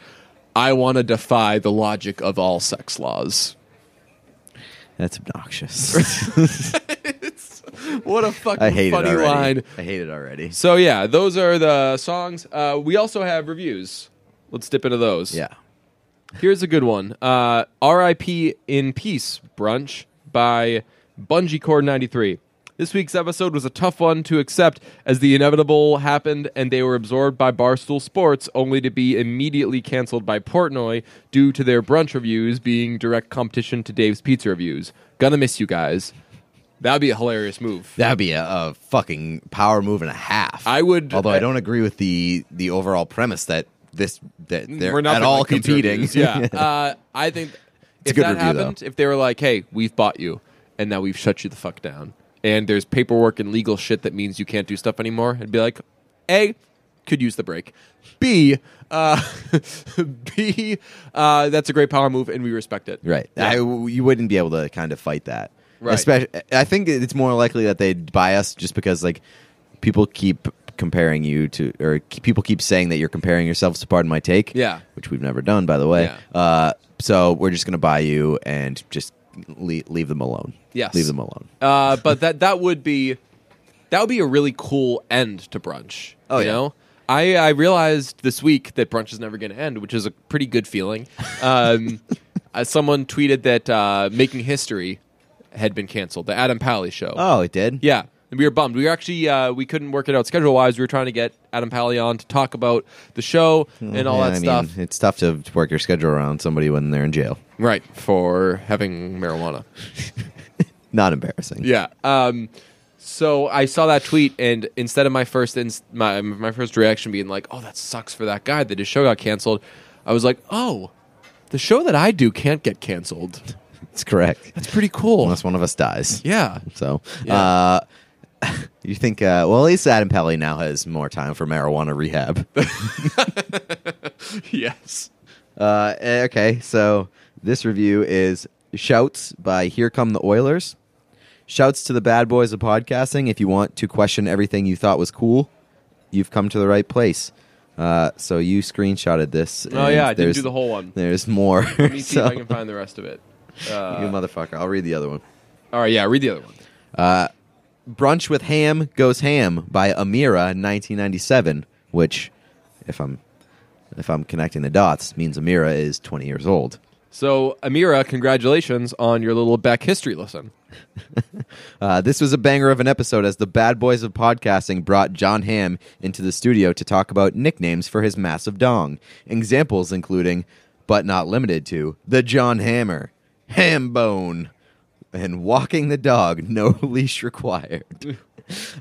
Speaker 2: I want to defy the logic of all sex laws.
Speaker 1: That's obnoxious.
Speaker 2: What a fucking
Speaker 1: I hate
Speaker 2: funny
Speaker 1: it already.
Speaker 2: line.
Speaker 1: I hate it already.
Speaker 2: So yeah, those are the songs. Uh, we also have reviews. Let's dip into those.
Speaker 1: Yeah.
Speaker 2: Here's a good one. Uh, R.I.P. in Peace Brunch by Bungee Cord 93. This week's episode was a tough one to accept as the inevitable happened and they were absorbed by Barstool Sports, only to be immediately canceled by Portnoy due to their brunch reviews being direct competition to Dave's Pizza reviews. Gonna miss you guys. That'd be a hilarious move.
Speaker 1: That'd be a, a fucking power move and a half.
Speaker 2: I would-
Speaker 1: Although I, don't agree with the the overall premise that this that they're
Speaker 2: we're not
Speaker 1: at all competing.
Speaker 2: Yeah, uh, I think
Speaker 1: a
Speaker 2: if
Speaker 1: good
Speaker 2: that
Speaker 1: review, though.
Speaker 2: happened, if they were like, "Hey, we've bought you, and now we've shut you the fuck down," and there's paperwork and legal shit that means you can't do stuff anymore, I'd be like, "Hey, could use the break. B, uh, B, uh, that's a great power move, and we respect it.
Speaker 1: Right.
Speaker 2: Yeah.
Speaker 1: I- you wouldn't be able to kind of fight that.
Speaker 2: Right.
Speaker 1: Especially, I think it's more likely that they'd buy us just because like people keep comparing you to, or k- people keep saying that you're comparing yourselves to Pardon My Take.
Speaker 2: Yeah.
Speaker 1: Which we've never done, by the way.
Speaker 2: Yeah.
Speaker 1: Uh, so we're just going to buy you and just le- leave them alone.
Speaker 2: Yes.
Speaker 1: Leave them alone.
Speaker 2: Uh, but that that would be that would be a really cool end to brunch.
Speaker 1: Oh,
Speaker 2: you
Speaker 1: yeah.
Speaker 2: know? I I realized this week that brunch is never going to end, which is a pretty good feeling. Um, uh, someone tweeted that uh, making history had been canceled, the Adam Pally show.
Speaker 1: Oh, it did?
Speaker 2: Yeah, and we were bummed. We were actually uh, we couldn't work it out schedule wise. We were trying to get Adam Pally on to talk about the show and all
Speaker 1: Hmm. Yeah,
Speaker 2: that
Speaker 1: I
Speaker 2: stuff.
Speaker 1: Mean, it's tough to work your schedule around somebody when they're in jail.
Speaker 2: Right for having marijuana.
Speaker 1: Not embarrassing.
Speaker 2: Yeah. Um, so I saw that tweet, and instead of my first ins- my my first reaction being like, "Oh, that sucks for that guy that his show got canceled," I was like, "Oh, the show that I do can't get canceled.
Speaker 1: It's correct.
Speaker 2: That's pretty cool."
Speaker 1: Unless one of us dies.
Speaker 2: Yeah.
Speaker 1: So,
Speaker 2: Yeah.
Speaker 1: uh, you think, uh, well, at least Adam Pelly now has more time for marijuana rehab.
Speaker 2: yes.
Speaker 1: uh, eh, okay, so this review is Shouts by Here Come the Oilers. Shouts to the bad boys of podcasting. If you want to question everything you thought was cool, you've come to the right place. Uh, so you screenshotted this.
Speaker 2: Oh,
Speaker 1: and
Speaker 2: yeah, I didn't
Speaker 1: there's-
Speaker 2: do the whole one.
Speaker 1: There's more.
Speaker 2: Let me see
Speaker 1: So-
Speaker 2: if I can find the rest of it.
Speaker 1: you
Speaker 2: Uh,
Speaker 1: motherfucker. I'll read the other one.
Speaker 2: all right. Yeah. Read the other one.
Speaker 1: Brunch with Ham Goes Ham by Amira 1997, which if I'm if I'm connecting the dots means Amira is 20 years old.
Speaker 2: So, Amira, congratulations on your little back history lesson.
Speaker 1: Uh, this was a banger of an episode as the bad boys of podcasting brought John Ham into the studio to talk about nicknames for his massive dong. Examples including, but not limited to, the John Hammer, Ham Bone, and Walking the Dog, no leash required.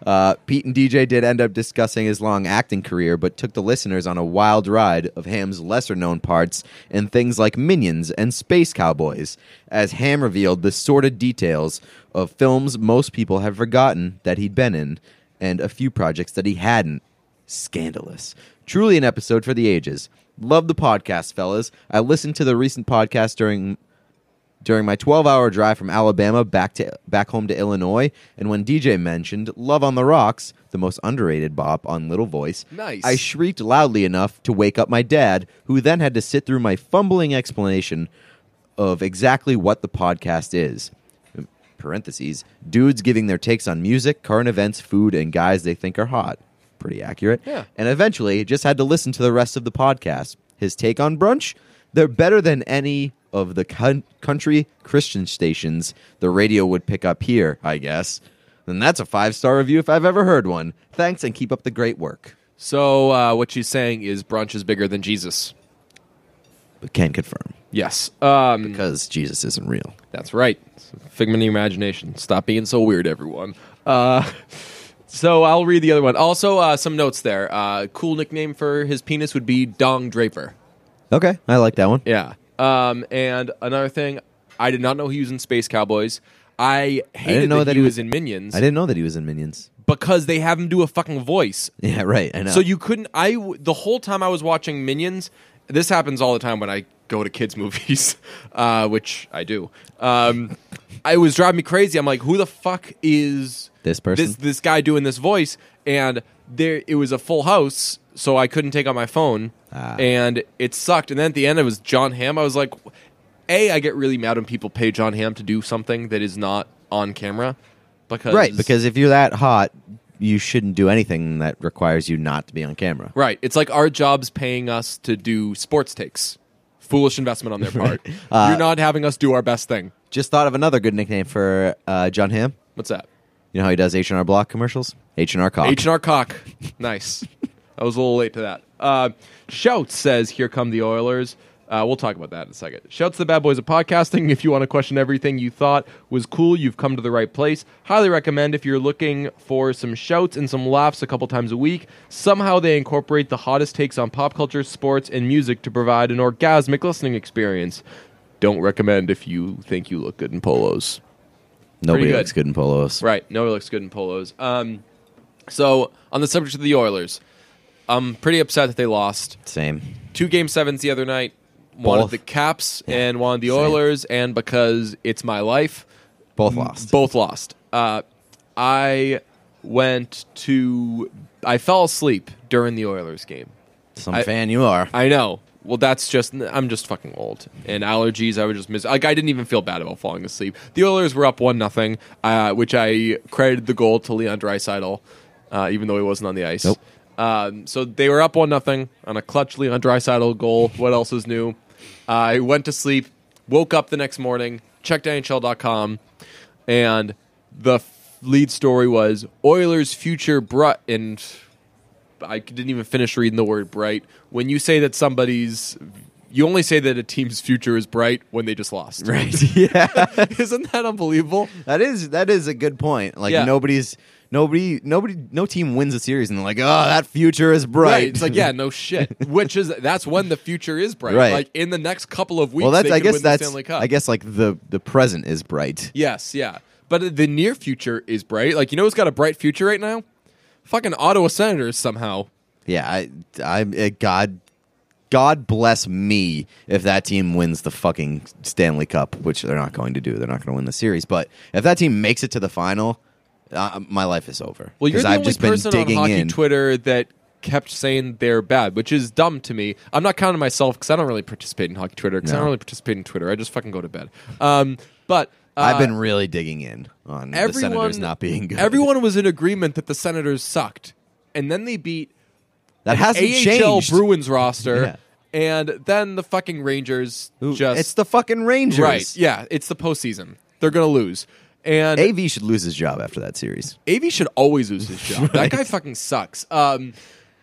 Speaker 1: Uh, Pete and DJ did end up discussing his long acting career, but took the listeners on a wild ride of Ham's lesser known parts in things like Minions and Space Cowboys, as Ham revealed the sordid details of films most people have forgotten that he'd been in, and a few projects that he hadn't. Scandalous. Truly an episode for the ages. Love the podcast, fellas. I listened to the recent podcast during during my 12-hour drive from Alabama back to back home to Illinois, and when DJ mentioned "Love on the Rocks," the most underrated bop on Little Voice,
Speaker 2: Nice.
Speaker 1: I shrieked loudly enough to wake up my dad, who then had to sit through my fumbling explanation of exactly what the podcast is. Parentheses, dudes giving their takes on music, current events, food, and guys they think are hot. Pretty accurate.
Speaker 2: Yeah.
Speaker 1: And eventually just had to listen to the rest of the podcast. His take on brunch, they're better than any of the con- country Christian stations the radio would pick up here, I guess. And that's a five star review if I've ever heard one. Thanks and keep up the great work.
Speaker 2: So, uh, what she's saying is brunch is bigger than Jesus.
Speaker 1: But can confirm
Speaker 2: Yes. Um,
Speaker 1: because Jesus isn't real.
Speaker 2: That's right. Figment of your imagination. Stop being so weird, everyone. Uh, so I'll read the other one. Also, uh, some notes there. Uh, cool nickname for his penis would be Dong Draper.
Speaker 1: Okay, I like that one.
Speaker 2: Yeah. Um, and another thing, I did not know he was in Space Cowboys. I hated
Speaker 1: know
Speaker 2: that,
Speaker 1: that
Speaker 2: he
Speaker 1: he
Speaker 2: was
Speaker 1: was-
Speaker 2: in Minions
Speaker 1: I didn't know that he was in Minions.
Speaker 2: because they have him do a fucking voice.
Speaker 1: Yeah, right. I know.
Speaker 2: So you couldn't. I w- the whole time I was watching Minions. This happens all the time when I go to kids' movies, uh, which I do. Um, I it was driving me crazy. I'm like, who the fuck is
Speaker 1: This person?
Speaker 2: This this guy doing this voice? And there, it was a full house, so I couldn't take out my phone,
Speaker 1: Ah.
Speaker 2: and it sucked. And then at the end, it was John Hamm. I was like, a, I get really mad when people pay John Hamm to do something that is not on camera, because
Speaker 1: Right, because if you're that hot, you shouldn't do anything that requires you not to be on camera.
Speaker 2: Right. It's like our job's paying us to do sports takes. Foolish investment on their part. You're not having us do our best thing.
Speaker 1: Just thought of another good nickname for uh, John Hamm.
Speaker 2: What's that?
Speaker 1: You know how he does H and R Block commercials? H and R Cock.
Speaker 2: H and R cock. Nice. I was a little late to that. Uh, Shout says, "Here come the Oilers." Uh, we'll talk about that in a second. Shouts the bad boys of podcasting. If you want to question everything you thought was cool, you've come to the right place. Highly recommend if you're looking for some shouts and some laughs a couple times a week. Somehow they incorporate the hottest takes on pop culture, sports, and music to provide an orgasmic listening experience. Don't recommend if you think you look good in polos.
Speaker 1: Nobody
Speaker 2: pretty good.
Speaker 1: looks good in polos.
Speaker 2: Right. Nobody looks good in polos. Um, so on the subject of the Oilers, I'm pretty upset that they lost.
Speaker 1: Same.
Speaker 2: Two game sevens the other night. One
Speaker 1: Both.
Speaker 2: of the Caps and one of the
Speaker 1: Same.
Speaker 2: Oilers, and because it's my life,
Speaker 1: Both
Speaker 2: Mm,
Speaker 1: lost.
Speaker 2: both lost. Uh, I went to. I fell asleep during the Oilers game.
Speaker 1: Some
Speaker 2: I-
Speaker 1: fan you are.
Speaker 2: I know. Well, that's just I'm just fucking old and allergies. I would just miss. Like I didn't even feel bad about falling asleep. The Oilers were up one nothing, uh, which I credited the goal to Leon Dreisaitl, uh, even though he wasn't on the ice.
Speaker 1: Nope.
Speaker 2: Um, so they were up one nothing on a clutch Leon Dreisaitl goal. What else is new? Uh, I went to sleep, woke up the next morning, checked NHL.com, and the f- lead story was Oilers future Brut and I didn't even finish reading the word bright. When you say that somebody's, you only say that a team's future is bright when they just lost.
Speaker 1: right. yeah.
Speaker 2: Isn't that unbelievable?
Speaker 1: That is that is a good point. Like
Speaker 2: Yeah.
Speaker 1: nobody's nobody nobody no team wins a series and they're like, oh, that future is bright.
Speaker 2: It's like, yeah, no shit. Which is that's when the future is bright.
Speaker 1: Right.
Speaker 2: Like in the next couple of weeks.
Speaker 1: well, that's
Speaker 2: they
Speaker 1: I
Speaker 2: could
Speaker 1: guess
Speaker 2: win the
Speaker 1: that's
Speaker 2: Stanley Cup.
Speaker 1: I guess like the the present is bright.
Speaker 2: Yes, yeah. But the near future is bright. Like you know who's got a bright future right now? Fucking Ottawa Senators somehow.
Speaker 1: Yeah, I I uh, God God bless me if that team wins the fucking Stanley Cup, which they're not going to do. They're not going to win the series, but if that team makes it to the final, uh, my life is over.
Speaker 2: Well, you're
Speaker 1: 'Cause
Speaker 2: the
Speaker 1: I've
Speaker 2: only
Speaker 1: just
Speaker 2: person
Speaker 1: been
Speaker 2: on
Speaker 1: digging
Speaker 2: hockey
Speaker 1: in.
Speaker 2: Twitter that kept saying they're bad, which is dumb to me. I'm not counting myself because I don't really participate in hockey Twitter because I
Speaker 1: No.
Speaker 2: don't really participate in Twitter. I just fucking go to bed. Um, but uh,
Speaker 1: I've been really digging in on the
Speaker 2: everyone
Speaker 1: Senators not being good.
Speaker 2: Everyone was in agreement that the Senators sucked, and then they beat
Speaker 1: that hasn't
Speaker 2: AHL
Speaker 1: changed.
Speaker 2: Bruins roster,
Speaker 1: Yeah.
Speaker 2: and then the fucking Rangers
Speaker 1: Who-
Speaker 2: just
Speaker 1: it's the fucking Rangers.
Speaker 2: right. Yeah, it's the postseason. They're gonna lose. And
Speaker 1: AV should lose his job after that series.
Speaker 2: AV should always lose his job. That guy fucking sucks. Um,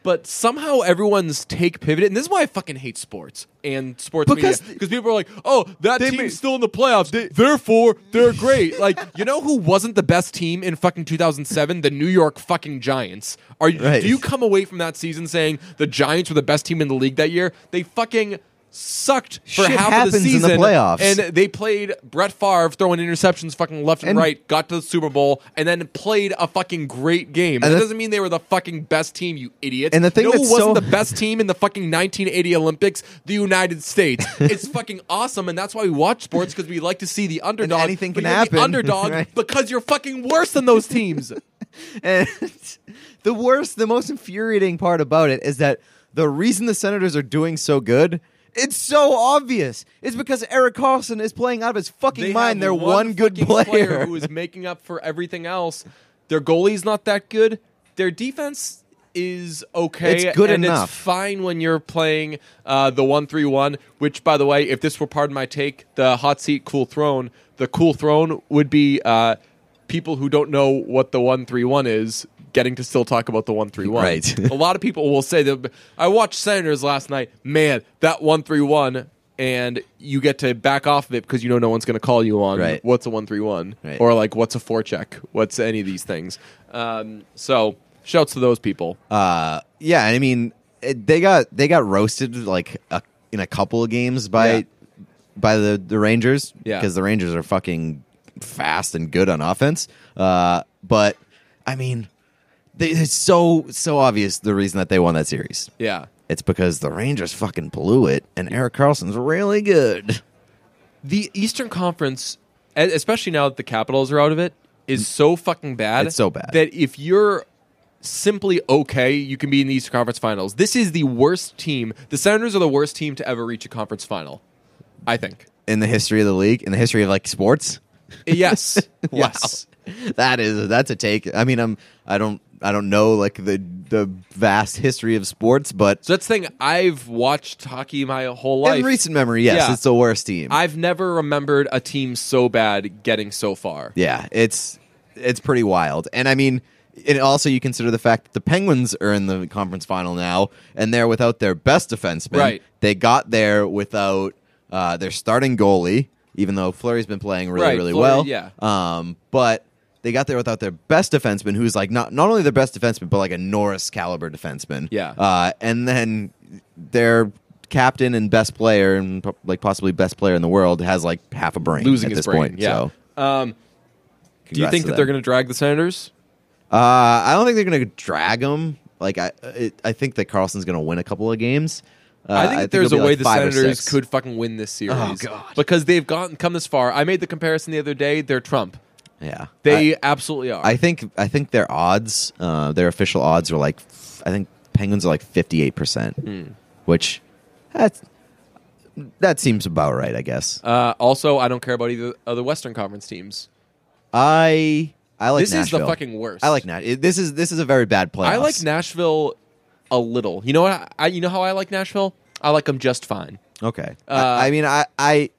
Speaker 2: but somehow everyone's take pivoted, and this is why I fucking hate sports and sports
Speaker 1: Because
Speaker 2: media because people are like, "Oh, that
Speaker 1: they
Speaker 2: team's
Speaker 1: made-
Speaker 2: still in the playoffs, therefore they're great." like, you know who wasn't the best team in fucking 2007? The New York fucking Giants. Are you,
Speaker 1: Right.
Speaker 2: do you come away from that season saying the Giants were the best team in the league that year? They fucking sucked for
Speaker 1: Shit
Speaker 2: half of the
Speaker 1: happens in the
Speaker 2: season
Speaker 1: playoffs.
Speaker 2: and they played Brett Favre throwing interceptions fucking left and,
Speaker 1: And-
Speaker 2: right, got to the Super Bowl, and then played a fucking great game. That
Speaker 1: And the-
Speaker 2: doesn't mean they were the fucking best team, you idiots.
Speaker 1: And the thing
Speaker 2: no, it
Speaker 1: that's
Speaker 2: wasn't
Speaker 1: so-
Speaker 2: the best team in the fucking 1980 Olympics, the United States. it's fucking awesome, and that's why we watch sports because we like to see the underdog.
Speaker 1: anything
Speaker 2: but
Speaker 1: can
Speaker 2: you're
Speaker 1: happen,
Speaker 2: The underdog
Speaker 1: right?
Speaker 2: because you're fucking worse than those teams.
Speaker 1: And the worst, the most infuriating part about it is that the reason the Senators are doing so good, it's so obvious. It's because Eric Carlson is playing out of his fucking
Speaker 2: They
Speaker 1: mind.
Speaker 2: have
Speaker 1: They're one, good
Speaker 2: fucking
Speaker 1: player.
Speaker 2: who is making up for everything else. Their goalie's not that good. Their defense is okay.
Speaker 1: It's good
Speaker 2: and
Speaker 1: enough.
Speaker 2: It's fine when you're playing uh, the one three one. Which, by the way, if this were part of my take, the hot seat cool throne, the cool throne would be uh, people who don't know what the one three one is getting to still talk about the one three one.
Speaker 1: Right.
Speaker 2: a lot of people will say that I watched Senators last night. Man, that one three one. And you get to back off of it because you know no one's going to call you on
Speaker 1: Right.
Speaker 2: what's a one three one
Speaker 1: Right.
Speaker 2: or like what's a four check, what's any of these things. Um, so shouts to those people.
Speaker 1: Uh, yeah, and I mean it, they got they got roasted like a, in a couple of games by
Speaker 2: Yeah.
Speaker 1: by the the Rangers
Speaker 2: Yeah.
Speaker 1: because the Rangers are fucking fast and good on offense. Uh, but I mean, they, it's so so obvious the reason that they won that series.
Speaker 2: yeah.
Speaker 1: It's because the Rangers fucking blew it, and Eric Carlson's really good.
Speaker 2: the Eastern Conference, e- especially now that the Capitals are out of it, is so fucking bad.
Speaker 1: It's so bad.
Speaker 2: that if you're simply okay, you can be in the Eastern Conference Finals. This is the worst team. The Senators are the worst team to ever reach a conference final. I think.
Speaker 1: In the history of the league, in the history of like sports,
Speaker 2: Yes. yes.
Speaker 1: that is that's a take. I mean, I'm I don't I don't know like the the vast history of sports, but
Speaker 2: So that's the thing. I've watched hockey my whole life.
Speaker 1: In recent memory, yes,
Speaker 2: Yeah.
Speaker 1: it's the worst team.
Speaker 2: I've never remembered a team so bad getting so far.
Speaker 1: yeah, it's it's pretty wild. And I mean, and also you consider the fact that the Penguins are in the conference final now, and they're without their best defenseman.
Speaker 2: Right.
Speaker 1: They got there without uh, their starting goalie, even though Fleury's been playing really,
Speaker 2: Right,
Speaker 1: really
Speaker 2: Fleury,
Speaker 1: well.
Speaker 2: yeah.
Speaker 1: Um, but they got there without their best defenseman, who's like not not only their best defenseman, but like a Norris caliber defenseman.
Speaker 2: Yeah.
Speaker 1: Uh, and then their captain and best player, and po- like possibly best player in the world, has like half a brain
Speaker 2: Losing
Speaker 1: at
Speaker 2: his
Speaker 1: this
Speaker 2: brain.
Speaker 1: point.
Speaker 2: yeah.
Speaker 1: So
Speaker 2: um, do you
Speaker 1: congrats
Speaker 2: think
Speaker 1: to
Speaker 2: that they're
Speaker 1: them.
Speaker 2: going to drag the Senators?
Speaker 1: Uh, I don't think they're going to drag them. Like I, it, I think that Carlson's going to win a couple of games. Uh,
Speaker 2: I think, there's
Speaker 1: it'll
Speaker 2: a
Speaker 1: be
Speaker 2: way
Speaker 1: like
Speaker 2: the
Speaker 1: five or
Speaker 2: Senators
Speaker 1: six.
Speaker 2: could fucking win this series
Speaker 1: Oh, God.
Speaker 2: because they've gotten come this far. I made the comparison the other day. They're Trump.
Speaker 1: Yeah, I,
Speaker 2: They absolutely are.
Speaker 1: I think I think their odds, uh, their official odds are like, f- I think Penguins are like fifty eight
Speaker 2: Hmm.
Speaker 1: percent, which that's that seems about right, I guess.
Speaker 2: uh, also, I don't care about either other Western Conference teams.
Speaker 1: I I like
Speaker 2: this
Speaker 1: Nashville.
Speaker 2: is the fucking worst.
Speaker 1: I like Nashville. This is this is a very bad playoffs.
Speaker 2: I like Nashville a little. You know what? I, I you know how I like Nashville? I like them just fine.
Speaker 1: Okay.
Speaker 2: Uh,
Speaker 1: I, I mean, I, I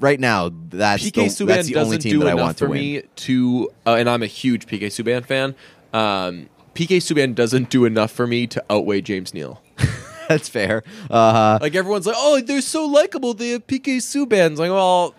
Speaker 1: right now that's
Speaker 2: PK
Speaker 1: the,
Speaker 2: Subban
Speaker 1: that's the
Speaker 2: doesn't
Speaker 1: only team
Speaker 2: do
Speaker 1: that I
Speaker 2: enough
Speaker 1: want to
Speaker 2: for
Speaker 1: win.
Speaker 2: me to, uh, and I'm a huge PK Subban fan. Um, PK Subban doesn't do enough for me to outweigh James Neal.
Speaker 1: that's fair. Uh,
Speaker 2: Like everyone's like, oh, they're so likable. They have PK Subban's. Like, well,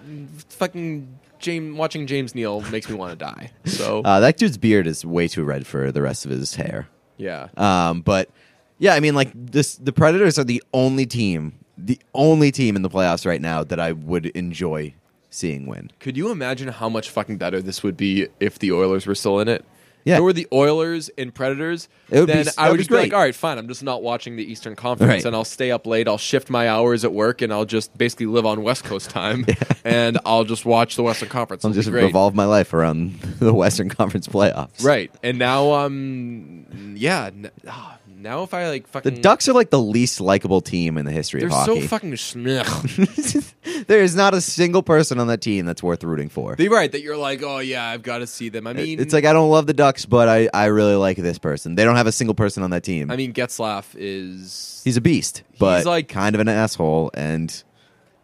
Speaker 2: fucking James, watching James Neal makes me want to die. So
Speaker 1: uh, that dude's beard is way too red for the rest of his hair.
Speaker 2: yeah,
Speaker 1: Um, but yeah, I mean, like this, the Predators are the only team, the only team in the playoffs right now that I would enjoy seeing win.
Speaker 2: could you imagine how much fucking better this would be if the Oilers were still in it?
Speaker 1: Yeah.
Speaker 2: If it were the Oilers and Predators,
Speaker 1: It would be-
Speaker 2: then
Speaker 1: that
Speaker 2: I
Speaker 1: would
Speaker 2: would
Speaker 1: be
Speaker 2: just be like,
Speaker 1: great.
Speaker 2: all right, fine. I'm just not watching the Eastern Conference,
Speaker 1: Right.
Speaker 2: and I'll stay up late. I'll shift my hours at work, and I'll just basically live on West Coast time, and I'll just watch the Western Conference.
Speaker 1: I'll
Speaker 2: It'll be
Speaker 1: just
Speaker 2: great.
Speaker 1: revolve my life around the Western Conference playoffs.
Speaker 2: Right. And now, um, yeah. N- ah, now if I like
Speaker 1: The
Speaker 2: fucking
Speaker 1: Ducks are like the least likable team in the history
Speaker 2: Mm. They're
Speaker 1: of hockey.
Speaker 2: so fucking schmich.
Speaker 1: there is not a single person on that team that's worth rooting for.
Speaker 2: They're right that you're like, oh yeah, I've got to see them. I mean,
Speaker 1: it's like I don't love the Ducks, but I, I really like this person. They don't have a single person on that team.
Speaker 2: I mean, Getzlaff is
Speaker 1: he's a beast, but
Speaker 2: like-
Speaker 1: kind of an asshole. And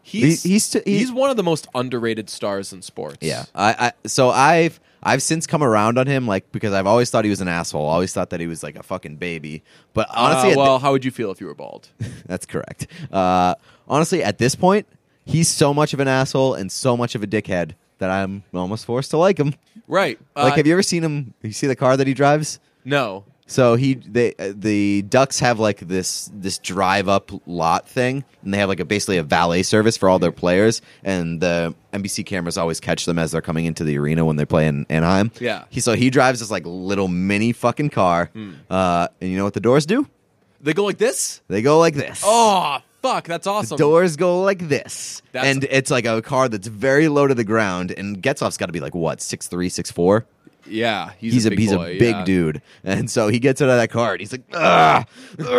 Speaker 2: he's
Speaker 1: he- he's st- he-
Speaker 2: he's one of the most underrated stars in sports.
Speaker 1: yeah, I, I so I've I've since come around on him, like because I've always thought he was an asshole. Always thought that he was like a fucking baby. But honestly,
Speaker 2: Honestly,
Speaker 1: at thi-
Speaker 2: Uh, well, how would you feel if you were bald?
Speaker 1: that's correct. Uh, honestly, at this point, he's so much of an asshole and so much of a dickhead that I'm almost forced to like him.
Speaker 2: right. Uh,
Speaker 1: like, have you ever seen him? You see the car that he drives?
Speaker 2: No.
Speaker 1: So he they uh, the ducks have like this this drive up lot thing, and they have like a basically a valet service for all their players, and the NBC cameras always catch them as they're coming into the arena when they play in Anaheim.
Speaker 2: Yeah. Hmm.
Speaker 1: He so he drives this like little mini fucking car, uh, and you know what the doors do?
Speaker 2: They go like this.
Speaker 1: They go like this.
Speaker 2: Oh fuck, that's
Speaker 1: The
Speaker 2: awesome.
Speaker 1: doors go like this,
Speaker 2: That's-
Speaker 1: and it's like a car that's very low to the ground, and Getzloff's got to be like what six three, six four
Speaker 2: Yeah, he's,
Speaker 1: he's
Speaker 2: a
Speaker 1: a,
Speaker 2: big
Speaker 1: he's
Speaker 2: boy,
Speaker 1: a big
Speaker 2: yeah.
Speaker 1: dude, and so he gets out of that car and he's like, "Ugh,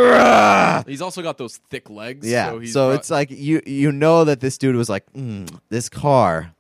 Speaker 1: ugh."
Speaker 2: He's also got those thick legs.
Speaker 1: yeah.
Speaker 2: So,
Speaker 1: So,
Speaker 2: he's pro-
Speaker 1: it's uh, like you you know that this dude was like, mm, this car,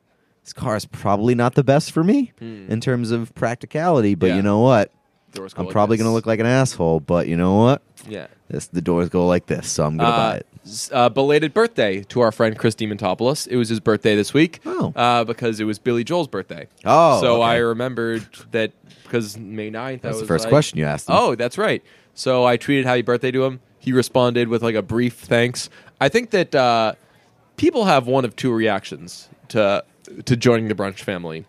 Speaker 1: this car is probably not the best for me in terms of practicality, but
Speaker 2: Hmm. Yeah.
Speaker 1: you know what?
Speaker 2: doors go
Speaker 1: I'm
Speaker 2: like
Speaker 1: probably
Speaker 2: this.
Speaker 1: gonna look like an asshole, but you know what?
Speaker 2: yeah.
Speaker 1: This the doors go like this, so I'm gonna buy
Speaker 2: Uh,
Speaker 1: it.
Speaker 2: s- uh, belated birthday to our friend Chris Demontopoulos. It was his birthday this week
Speaker 1: Oh.
Speaker 2: uh, because it was Billy Joel's birthday.
Speaker 1: Oh,
Speaker 2: so
Speaker 1: okay.
Speaker 2: I remembered that because May 9th.
Speaker 1: That was
Speaker 2: I
Speaker 1: the
Speaker 2: was
Speaker 1: first
Speaker 2: like,
Speaker 1: question you asked. him.
Speaker 2: Oh, that's right. So I tweeted happy birthday to him. He responded with like a brief thanks. I think that uh, people have one of two reactions to to joining the brunch family.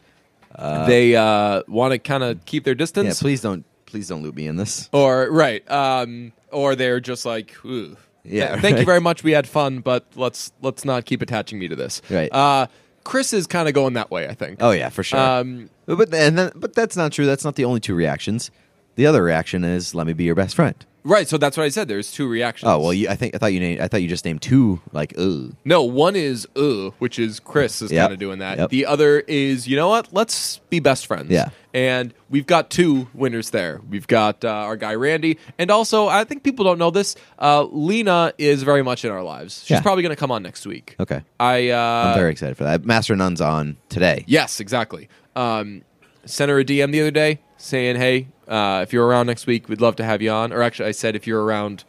Speaker 2: they uh, want to kind of keep their distance.
Speaker 1: yeah. Please don't please don't loop me in this.
Speaker 2: Or right, um, or they're just like, Ooh,
Speaker 1: Yeah,
Speaker 2: th- thank you
Speaker 1: right.
Speaker 2: very much. We had fun, but let's let's not keep attaching me to this.
Speaker 1: Right.
Speaker 2: Uh, Chris is kind of going that way, I think.
Speaker 1: Oh yeah, for sure.
Speaker 2: Um,
Speaker 1: but and then, but that's not true. That's not the only two reactions. The other reaction is let me be your best friend.
Speaker 2: right. So that's what I said. There's two reactions.
Speaker 1: Oh well, you, I think I thought you named, I thought you just named two. Like, ooh,
Speaker 2: No, one is uh, which is Chris is
Speaker 1: Yep.
Speaker 2: kind of doing that.
Speaker 1: Yep.
Speaker 2: The other is, you know what? Let's be best friends.
Speaker 1: Yeah.
Speaker 2: And we've got two winners there. We've got uh, our guy Randy, and also I think people don't know this. Uh, Lena is very much in our lives. She's
Speaker 1: Yeah.
Speaker 2: probably going to come on next week.
Speaker 1: okay.
Speaker 2: I uh,
Speaker 1: I'm very excited for that. Master Nun's on today.
Speaker 2: Yes, exactly. Um, sent her a DM the other day saying, "Hey, uh, if you're around next week, we'd love to have you on." Or actually, I said, "If you're around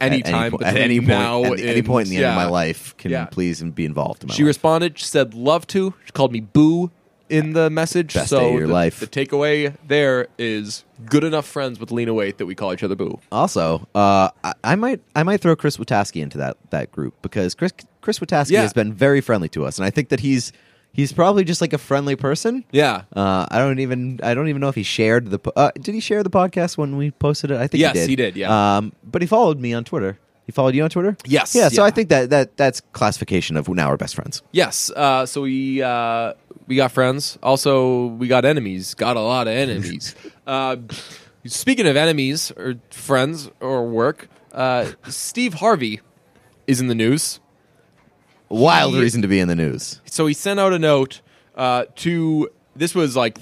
Speaker 1: At
Speaker 2: anytime
Speaker 1: po-
Speaker 2: between
Speaker 1: at any point,
Speaker 2: now
Speaker 1: at any
Speaker 2: and-
Speaker 1: point in the end of
Speaker 2: yeah.
Speaker 1: my life, can
Speaker 2: Yeah.
Speaker 1: you please be involved in my
Speaker 2: She
Speaker 1: life?
Speaker 2: responded. She said, "Love to." She called me boo in the message.
Speaker 1: Best
Speaker 2: so
Speaker 1: day of your
Speaker 2: the,
Speaker 1: life.
Speaker 2: The takeaway there is good enough friends with Lena Waite that we call each other boo.
Speaker 1: also, uh, I, I might I might throw Chris Wataski into that that group because Chris Chris Wataski
Speaker 2: Yeah.
Speaker 1: has been very friendly to us, and I think that he's he's probably just like a friendly person.
Speaker 2: Yeah.
Speaker 1: Uh, I don't even I don't even know if he shared the po- uh, did he share the podcast when we posted it? I think
Speaker 2: Yes,
Speaker 1: he did.
Speaker 2: he did, yeah.
Speaker 1: Um, but he followed me on Twitter. He followed you on Twitter.
Speaker 2: Yes,
Speaker 1: Yeah. So
Speaker 2: yeah.
Speaker 1: I think that that that's classification of now we're best friends.
Speaker 2: Yes. Uh, so we uh, we got friends. Also, we got enemies. Got a lot of enemies. uh, Speaking of enemies or friends or work, uh, Steve Harvey is in the news.
Speaker 1: Wild reason to be in the news.
Speaker 2: So he sent out a note uh, to this was like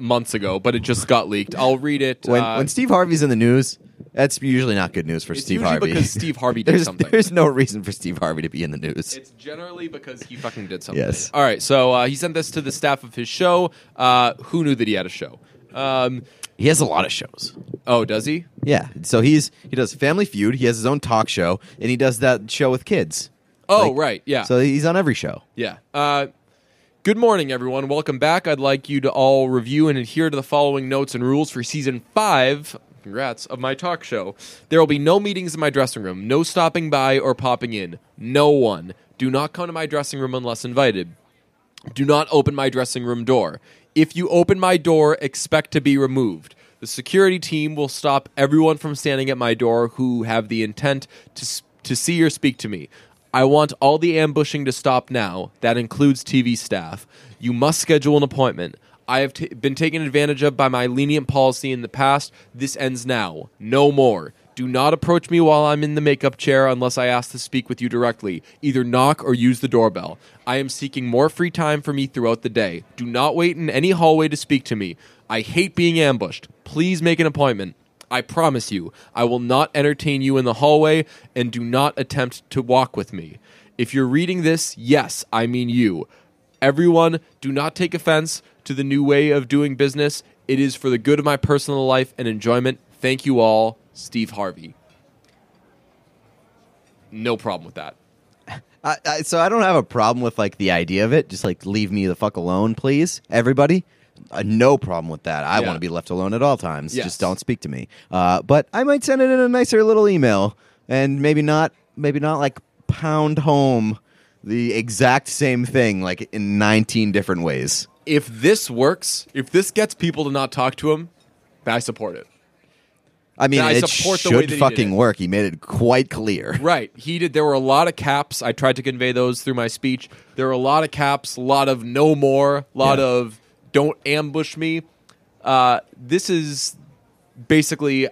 Speaker 2: months ago, but it just got leaked. I'll read it.
Speaker 1: When,
Speaker 2: uh,
Speaker 1: when Steve Harvey's in the news, that's usually not good news for
Speaker 2: it's
Speaker 1: Steve
Speaker 2: usually
Speaker 1: Harvey.
Speaker 2: because Steve Harvey did
Speaker 1: there's,
Speaker 2: something.
Speaker 1: there's no reason for Steve Harvey to be in the news.
Speaker 2: It's generally because he fucking did something.
Speaker 1: Yes.
Speaker 2: All right. So uh, he sent this to the staff of his show. Uh, who knew that he had a show? Um,
Speaker 1: he has a lot of shows.
Speaker 2: oh, does he?
Speaker 1: Yeah, so he's he does Family Feud. He has his own talk show, and he does that show with kids.
Speaker 2: Oh,
Speaker 1: Like,
Speaker 2: right. Yeah.
Speaker 1: So he's on every show.
Speaker 2: Yeah. Uh, good morning, everyone. Welcome back. I'd like you to all review and adhere to the following notes and rules for season five. Congrats of my talk show. There will be no meetings in my dressing room, no stopping by or popping in. No one. Do not come to my dressing room unless invited. Do not open my dressing room door. If you open my door, expect to be removed. The security team will stop everyone from standing at my door who have the intent to, s- to see or speak to me. I want all the ambushing to stop now. That includes TV staff. You must schedule an appointment. I have t- been taken advantage of by my lenient policy in the past. This ends now. No more. Do not approach me while I'm in the makeup chair unless I ask to speak with you directly. Either knock or use the doorbell. I am seeking more free time for me throughout the day. Do not wait in any hallway to speak to me. I hate being ambushed. Please make an appointment. I promise you, I will not entertain you in the hallway and do not attempt to walk with me. If you're reading this, yes, I mean you. Everyone, do not take offense to the new way of doing business. It is for the good of my personal life and enjoyment. Thank you all, Steve Harvey. No problem with that.
Speaker 1: I, I, so I don't have a problem with like the idea of it. Just like leave me the fuck alone, please, everybody. Uh, no problem with that. I
Speaker 2: Yeah.
Speaker 1: want to be left alone at all times.
Speaker 2: Yes.
Speaker 1: Just don't speak to me. Uh, but I might send it in a nicer little email, and maybe not, maybe not like pound home the exact same thing like in 19 different ways.
Speaker 2: If this works, if this gets people to not talk to him, I support it.
Speaker 1: I mean,
Speaker 2: Yeah, I
Speaker 1: it
Speaker 2: support the
Speaker 1: should
Speaker 2: way that he did
Speaker 1: fucking
Speaker 2: it.
Speaker 1: work. He made it quite clear.
Speaker 2: Right. He did. There were a lot of caps. I tried to convey those through my speech. There were a lot of caps, a lot of no more, a lot
Speaker 1: Yeah.
Speaker 2: of don't ambush me. Uh, this is basically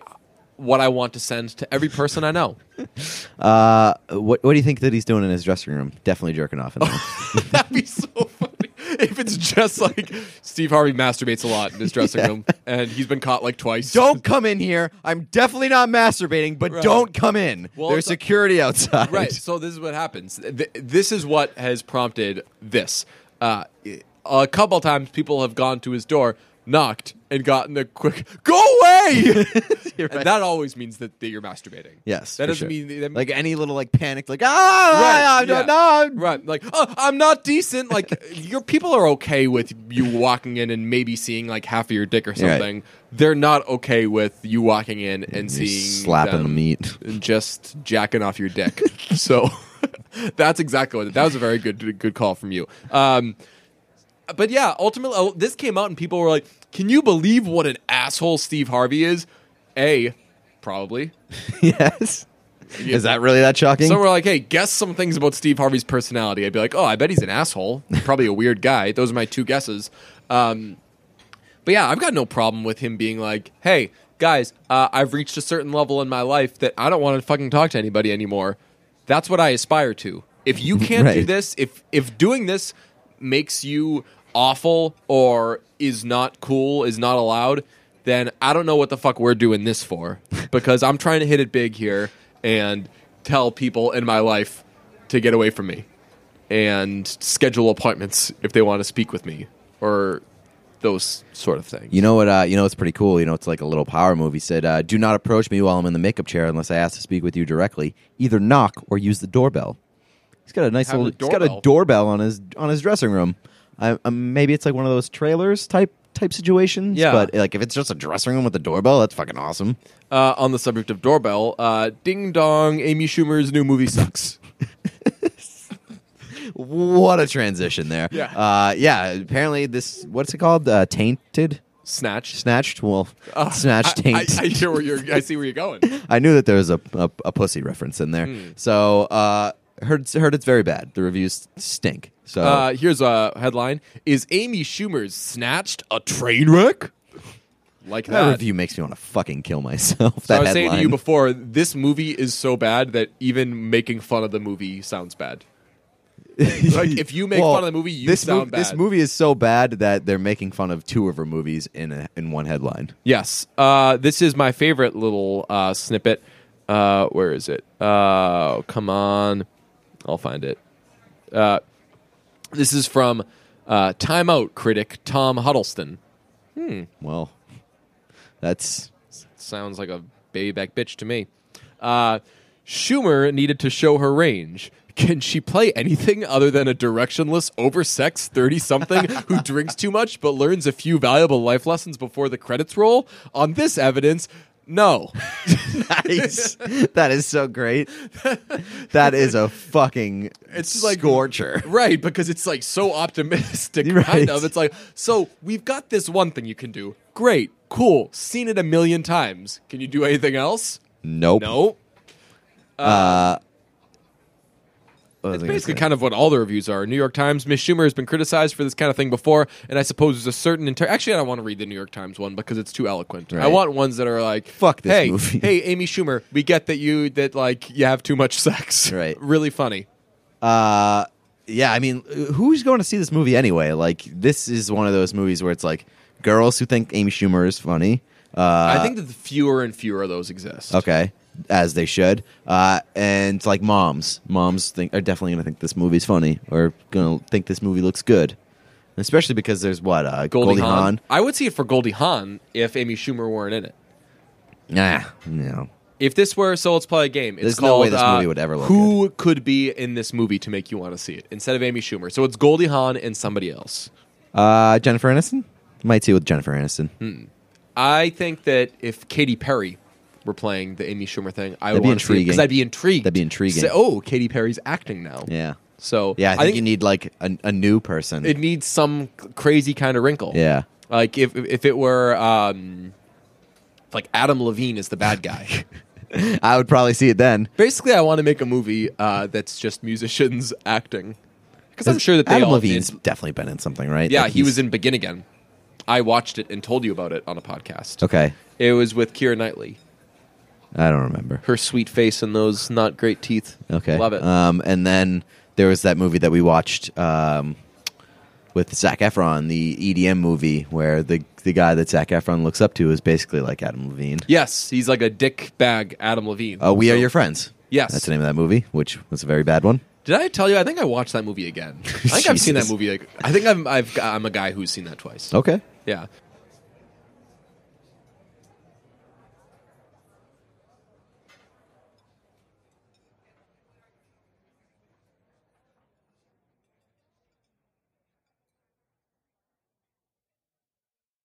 Speaker 2: what I want to send to every person I know.
Speaker 1: Uh, what what do you think that he's doing in his dressing room? Definitely jerking off in there.
Speaker 2: That'd be so funny if it's just like Steve Harvey masturbates a lot in his dressing
Speaker 1: Yeah.
Speaker 2: room and he's been caught like twice.
Speaker 1: don't come in here. I'm definitely not masturbating, but
Speaker 2: Right.
Speaker 1: don't come in.
Speaker 2: Well,
Speaker 1: There's
Speaker 2: it's-
Speaker 1: security outside.
Speaker 2: Right. So this is what happens. Th- this is what has prompted this. Uh, a couple times, people have gone to his door, knocked, and gotten a quick "Go away." And that always means that, that you're masturbating.
Speaker 1: Yes.
Speaker 2: That
Speaker 1: for
Speaker 2: doesn't
Speaker 1: sure.
Speaker 2: mean that,
Speaker 1: like any little like panicked like ah
Speaker 2: Right,
Speaker 1: no,
Speaker 2: yeah.
Speaker 1: no, I'm-
Speaker 2: right. Like oh, I'm not decent. Like your people are okay with you walking in and maybe seeing like half of your dick or
Speaker 1: You're right.
Speaker 2: something. They're not okay with you walking in and,
Speaker 1: You're
Speaker 2: seeing
Speaker 1: slapping
Speaker 2: them
Speaker 1: the meat.
Speaker 2: and just jacking off your dick. so that's exactly what. That was a very good good call from you. Um, but yeah, ultimately, uh, this came out and people were like, "Can you believe what an asshole Steve Harvey is?" A, probably.
Speaker 1: yes. Is that really that shocking?
Speaker 2: So we're like, "Hey, guess some things about Steve Harvey's personality." I'd be like, "Oh, I bet he's an asshole. Probably a weird guy." Those are my two guesses. Um, but yeah, I've got no problem with him being like, "Hey, guys, uh, I've reached a certain level in my life that I don't want to fucking talk to anybody anymore." That's what I aspire to. If you can't do
Speaker 1: Right.
Speaker 2: this, if if doing this makes you awful or is not cool, is not allowed, then I don't know what the fuck we're doing this for because I'm trying to hit it big here and tell people in my life to get away from me and schedule appointments if they want to speak with me or those sort of things.
Speaker 1: you know what? Uh, you know it's pretty cool. You know it's like a little power move. He said, uh, "Do not approach me while I'm in the makeup chair unless I ask to speak with you directly. Either knock or use the doorbell." He's got a nice
Speaker 2: Have
Speaker 1: little.
Speaker 2: the
Speaker 1: He's got a
Speaker 2: doorbell.
Speaker 1: doorbell on his on his dressing room. I, um, maybe it's like one of those trailers type type situations.
Speaker 2: Yeah.
Speaker 1: but like if it's just a dressing room with a doorbell, that's fucking awesome.
Speaker 2: Uh, on the subject of doorbell, uh, ding dong, Amy Schumer's new movie sucks.
Speaker 1: What a transition there.
Speaker 2: Yeah.
Speaker 1: uh, yeah. Apparently this what's it called? Uh, tainted,
Speaker 2: Snatch.
Speaker 1: snatched. Well, snatched,
Speaker 2: Uh, I, I,
Speaker 1: taint.
Speaker 2: I hear where you're. I see where you're going.
Speaker 1: I knew that there was a, a, a pussy reference in there.
Speaker 2: Hmm.
Speaker 1: So uh, heard heard it's very bad. The reviews stink. So
Speaker 2: Uh, here's a headline: Is Amy Schumer's snatched a train wreck? like
Speaker 1: That
Speaker 2: that.
Speaker 1: review makes me want to fucking kill myself.
Speaker 2: So
Speaker 1: That
Speaker 2: I was
Speaker 1: headline.
Speaker 2: saying to you before, this movie is so bad that even making fun of the movie sounds bad. like, if you make
Speaker 1: Well,
Speaker 2: fun of the movie, you
Speaker 1: this
Speaker 2: sound
Speaker 1: mov-
Speaker 2: bad.
Speaker 1: This movie is so bad that they're making fun of two of her movies in a, in one headline.
Speaker 2: Yes. Uh, this is my favorite little uh, snippet. Uh, where is it? Uh, come on. I'll find it. Uh, this is from uh, Time Out critic Tom Huddleston.
Speaker 1: Well, that's
Speaker 2: Sounds like a baby back bitch to me. Uh, Schumer needed to show her range. Can she play anything other than a directionless, oversexed 30 something who drinks too much but learns a few valuable life lessons before the credits roll? On this evidence, no.
Speaker 1: nice. that is so great. That is a fucking
Speaker 2: It's just like-
Speaker 1: scorcher.
Speaker 2: Right, because it's like so optimistic,
Speaker 1: You're right.
Speaker 2: kind of. It's like, so we've got this one thing you can do. Great, cool, seen it a million times. Can you do anything else?
Speaker 1: Nope.
Speaker 2: No.
Speaker 1: What was I
Speaker 2: It's
Speaker 1: gonna
Speaker 2: basically
Speaker 1: say?
Speaker 2: kind of what all the reviews are. New York Times, Miss Schumer has been criticized for this kind of thing before, and I suppose there's a certain entire. Actually, I don't want to read the New York Times one because it's too eloquent. I
Speaker 1: Right.
Speaker 2: want ones that are like,
Speaker 1: Fuck this
Speaker 2: hey,
Speaker 1: movie."
Speaker 2: hey, Amy Schumer, we get that you that like you have too much sex.
Speaker 1: Right.
Speaker 2: really funny.
Speaker 1: Uh, yeah, I mean, who's going to see this movie anyway? Like, this is one of those movies where it's like girls who think Amy Schumer is funny. Uh,
Speaker 2: I think that the fewer and fewer of those exist.
Speaker 1: okay, as they should. Uh, and like moms, moms think are definitely going to think this movie's funny or going to think this movie looks good, especially because there's what uh,
Speaker 2: Goldie, Hawn. I would see it for Goldie Hawn if Amy Schumer weren't in it.
Speaker 1: Nah, no.
Speaker 2: If this were so, let's play a game. It's
Speaker 1: There's
Speaker 2: called,
Speaker 1: no way this
Speaker 2: uh,
Speaker 1: movie would ever look
Speaker 2: Who could be in this movie to make you want to see it instead of Amy Schumer? So it's Goldie Hawn and somebody else.
Speaker 1: Uh, Jennifer Aniston might see it with Jennifer Aniston.
Speaker 2: Hmm. I think that if Katy Perry were playing the Amy Schumer thing, I
Speaker 1: That'd
Speaker 2: would
Speaker 1: be
Speaker 2: want to see it because
Speaker 1: intriguing.
Speaker 2: I'd be intrigued.
Speaker 1: That'd be intriguing.
Speaker 2: Say, oh, Katy Perry's acting now.
Speaker 1: Yeah,
Speaker 2: So
Speaker 1: yeah. I think, you need like a, a new person.
Speaker 2: it needs some crazy kind of wrinkle.
Speaker 1: yeah.
Speaker 2: Like if if it were um, like Adam Levine is the bad guy.
Speaker 1: I would probably see it then.
Speaker 2: Basically, I want to make a movie uh, that's just musicians acting. Because I'm sure that they
Speaker 1: Adam
Speaker 2: all
Speaker 1: Levine's
Speaker 2: did-
Speaker 1: definitely been in something, right?
Speaker 2: Yeah,
Speaker 1: Like,
Speaker 2: he was
Speaker 1: he's-
Speaker 2: in Begin Again. I watched it and told you about it on a podcast.
Speaker 1: Okay,
Speaker 2: It was with Keira Knightley.
Speaker 1: I don't remember.
Speaker 2: Her sweet face and those not great teeth.
Speaker 1: Okay,
Speaker 2: Love it.
Speaker 1: Um, and then there was that movie that we watched um, with Zach Efron, the EDM movie, where the the guy that Zach Efron looks up to is basically like Adam Levine.
Speaker 2: yes, he's like a dick bag Adam Levine.
Speaker 1: Uh, we are
Speaker 2: So-
Speaker 1: your friends.
Speaker 2: Yes.
Speaker 1: that's the name of that movie, which was a very bad one.
Speaker 2: Did I tell you? I think I watched that movie again. I think I've seen that
Speaker 1: Jesus. Oh.
Speaker 2: movie. Like, I think I'm, I've, I'm a guy who's seen that twice.
Speaker 1: Okay,
Speaker 2: Yeah.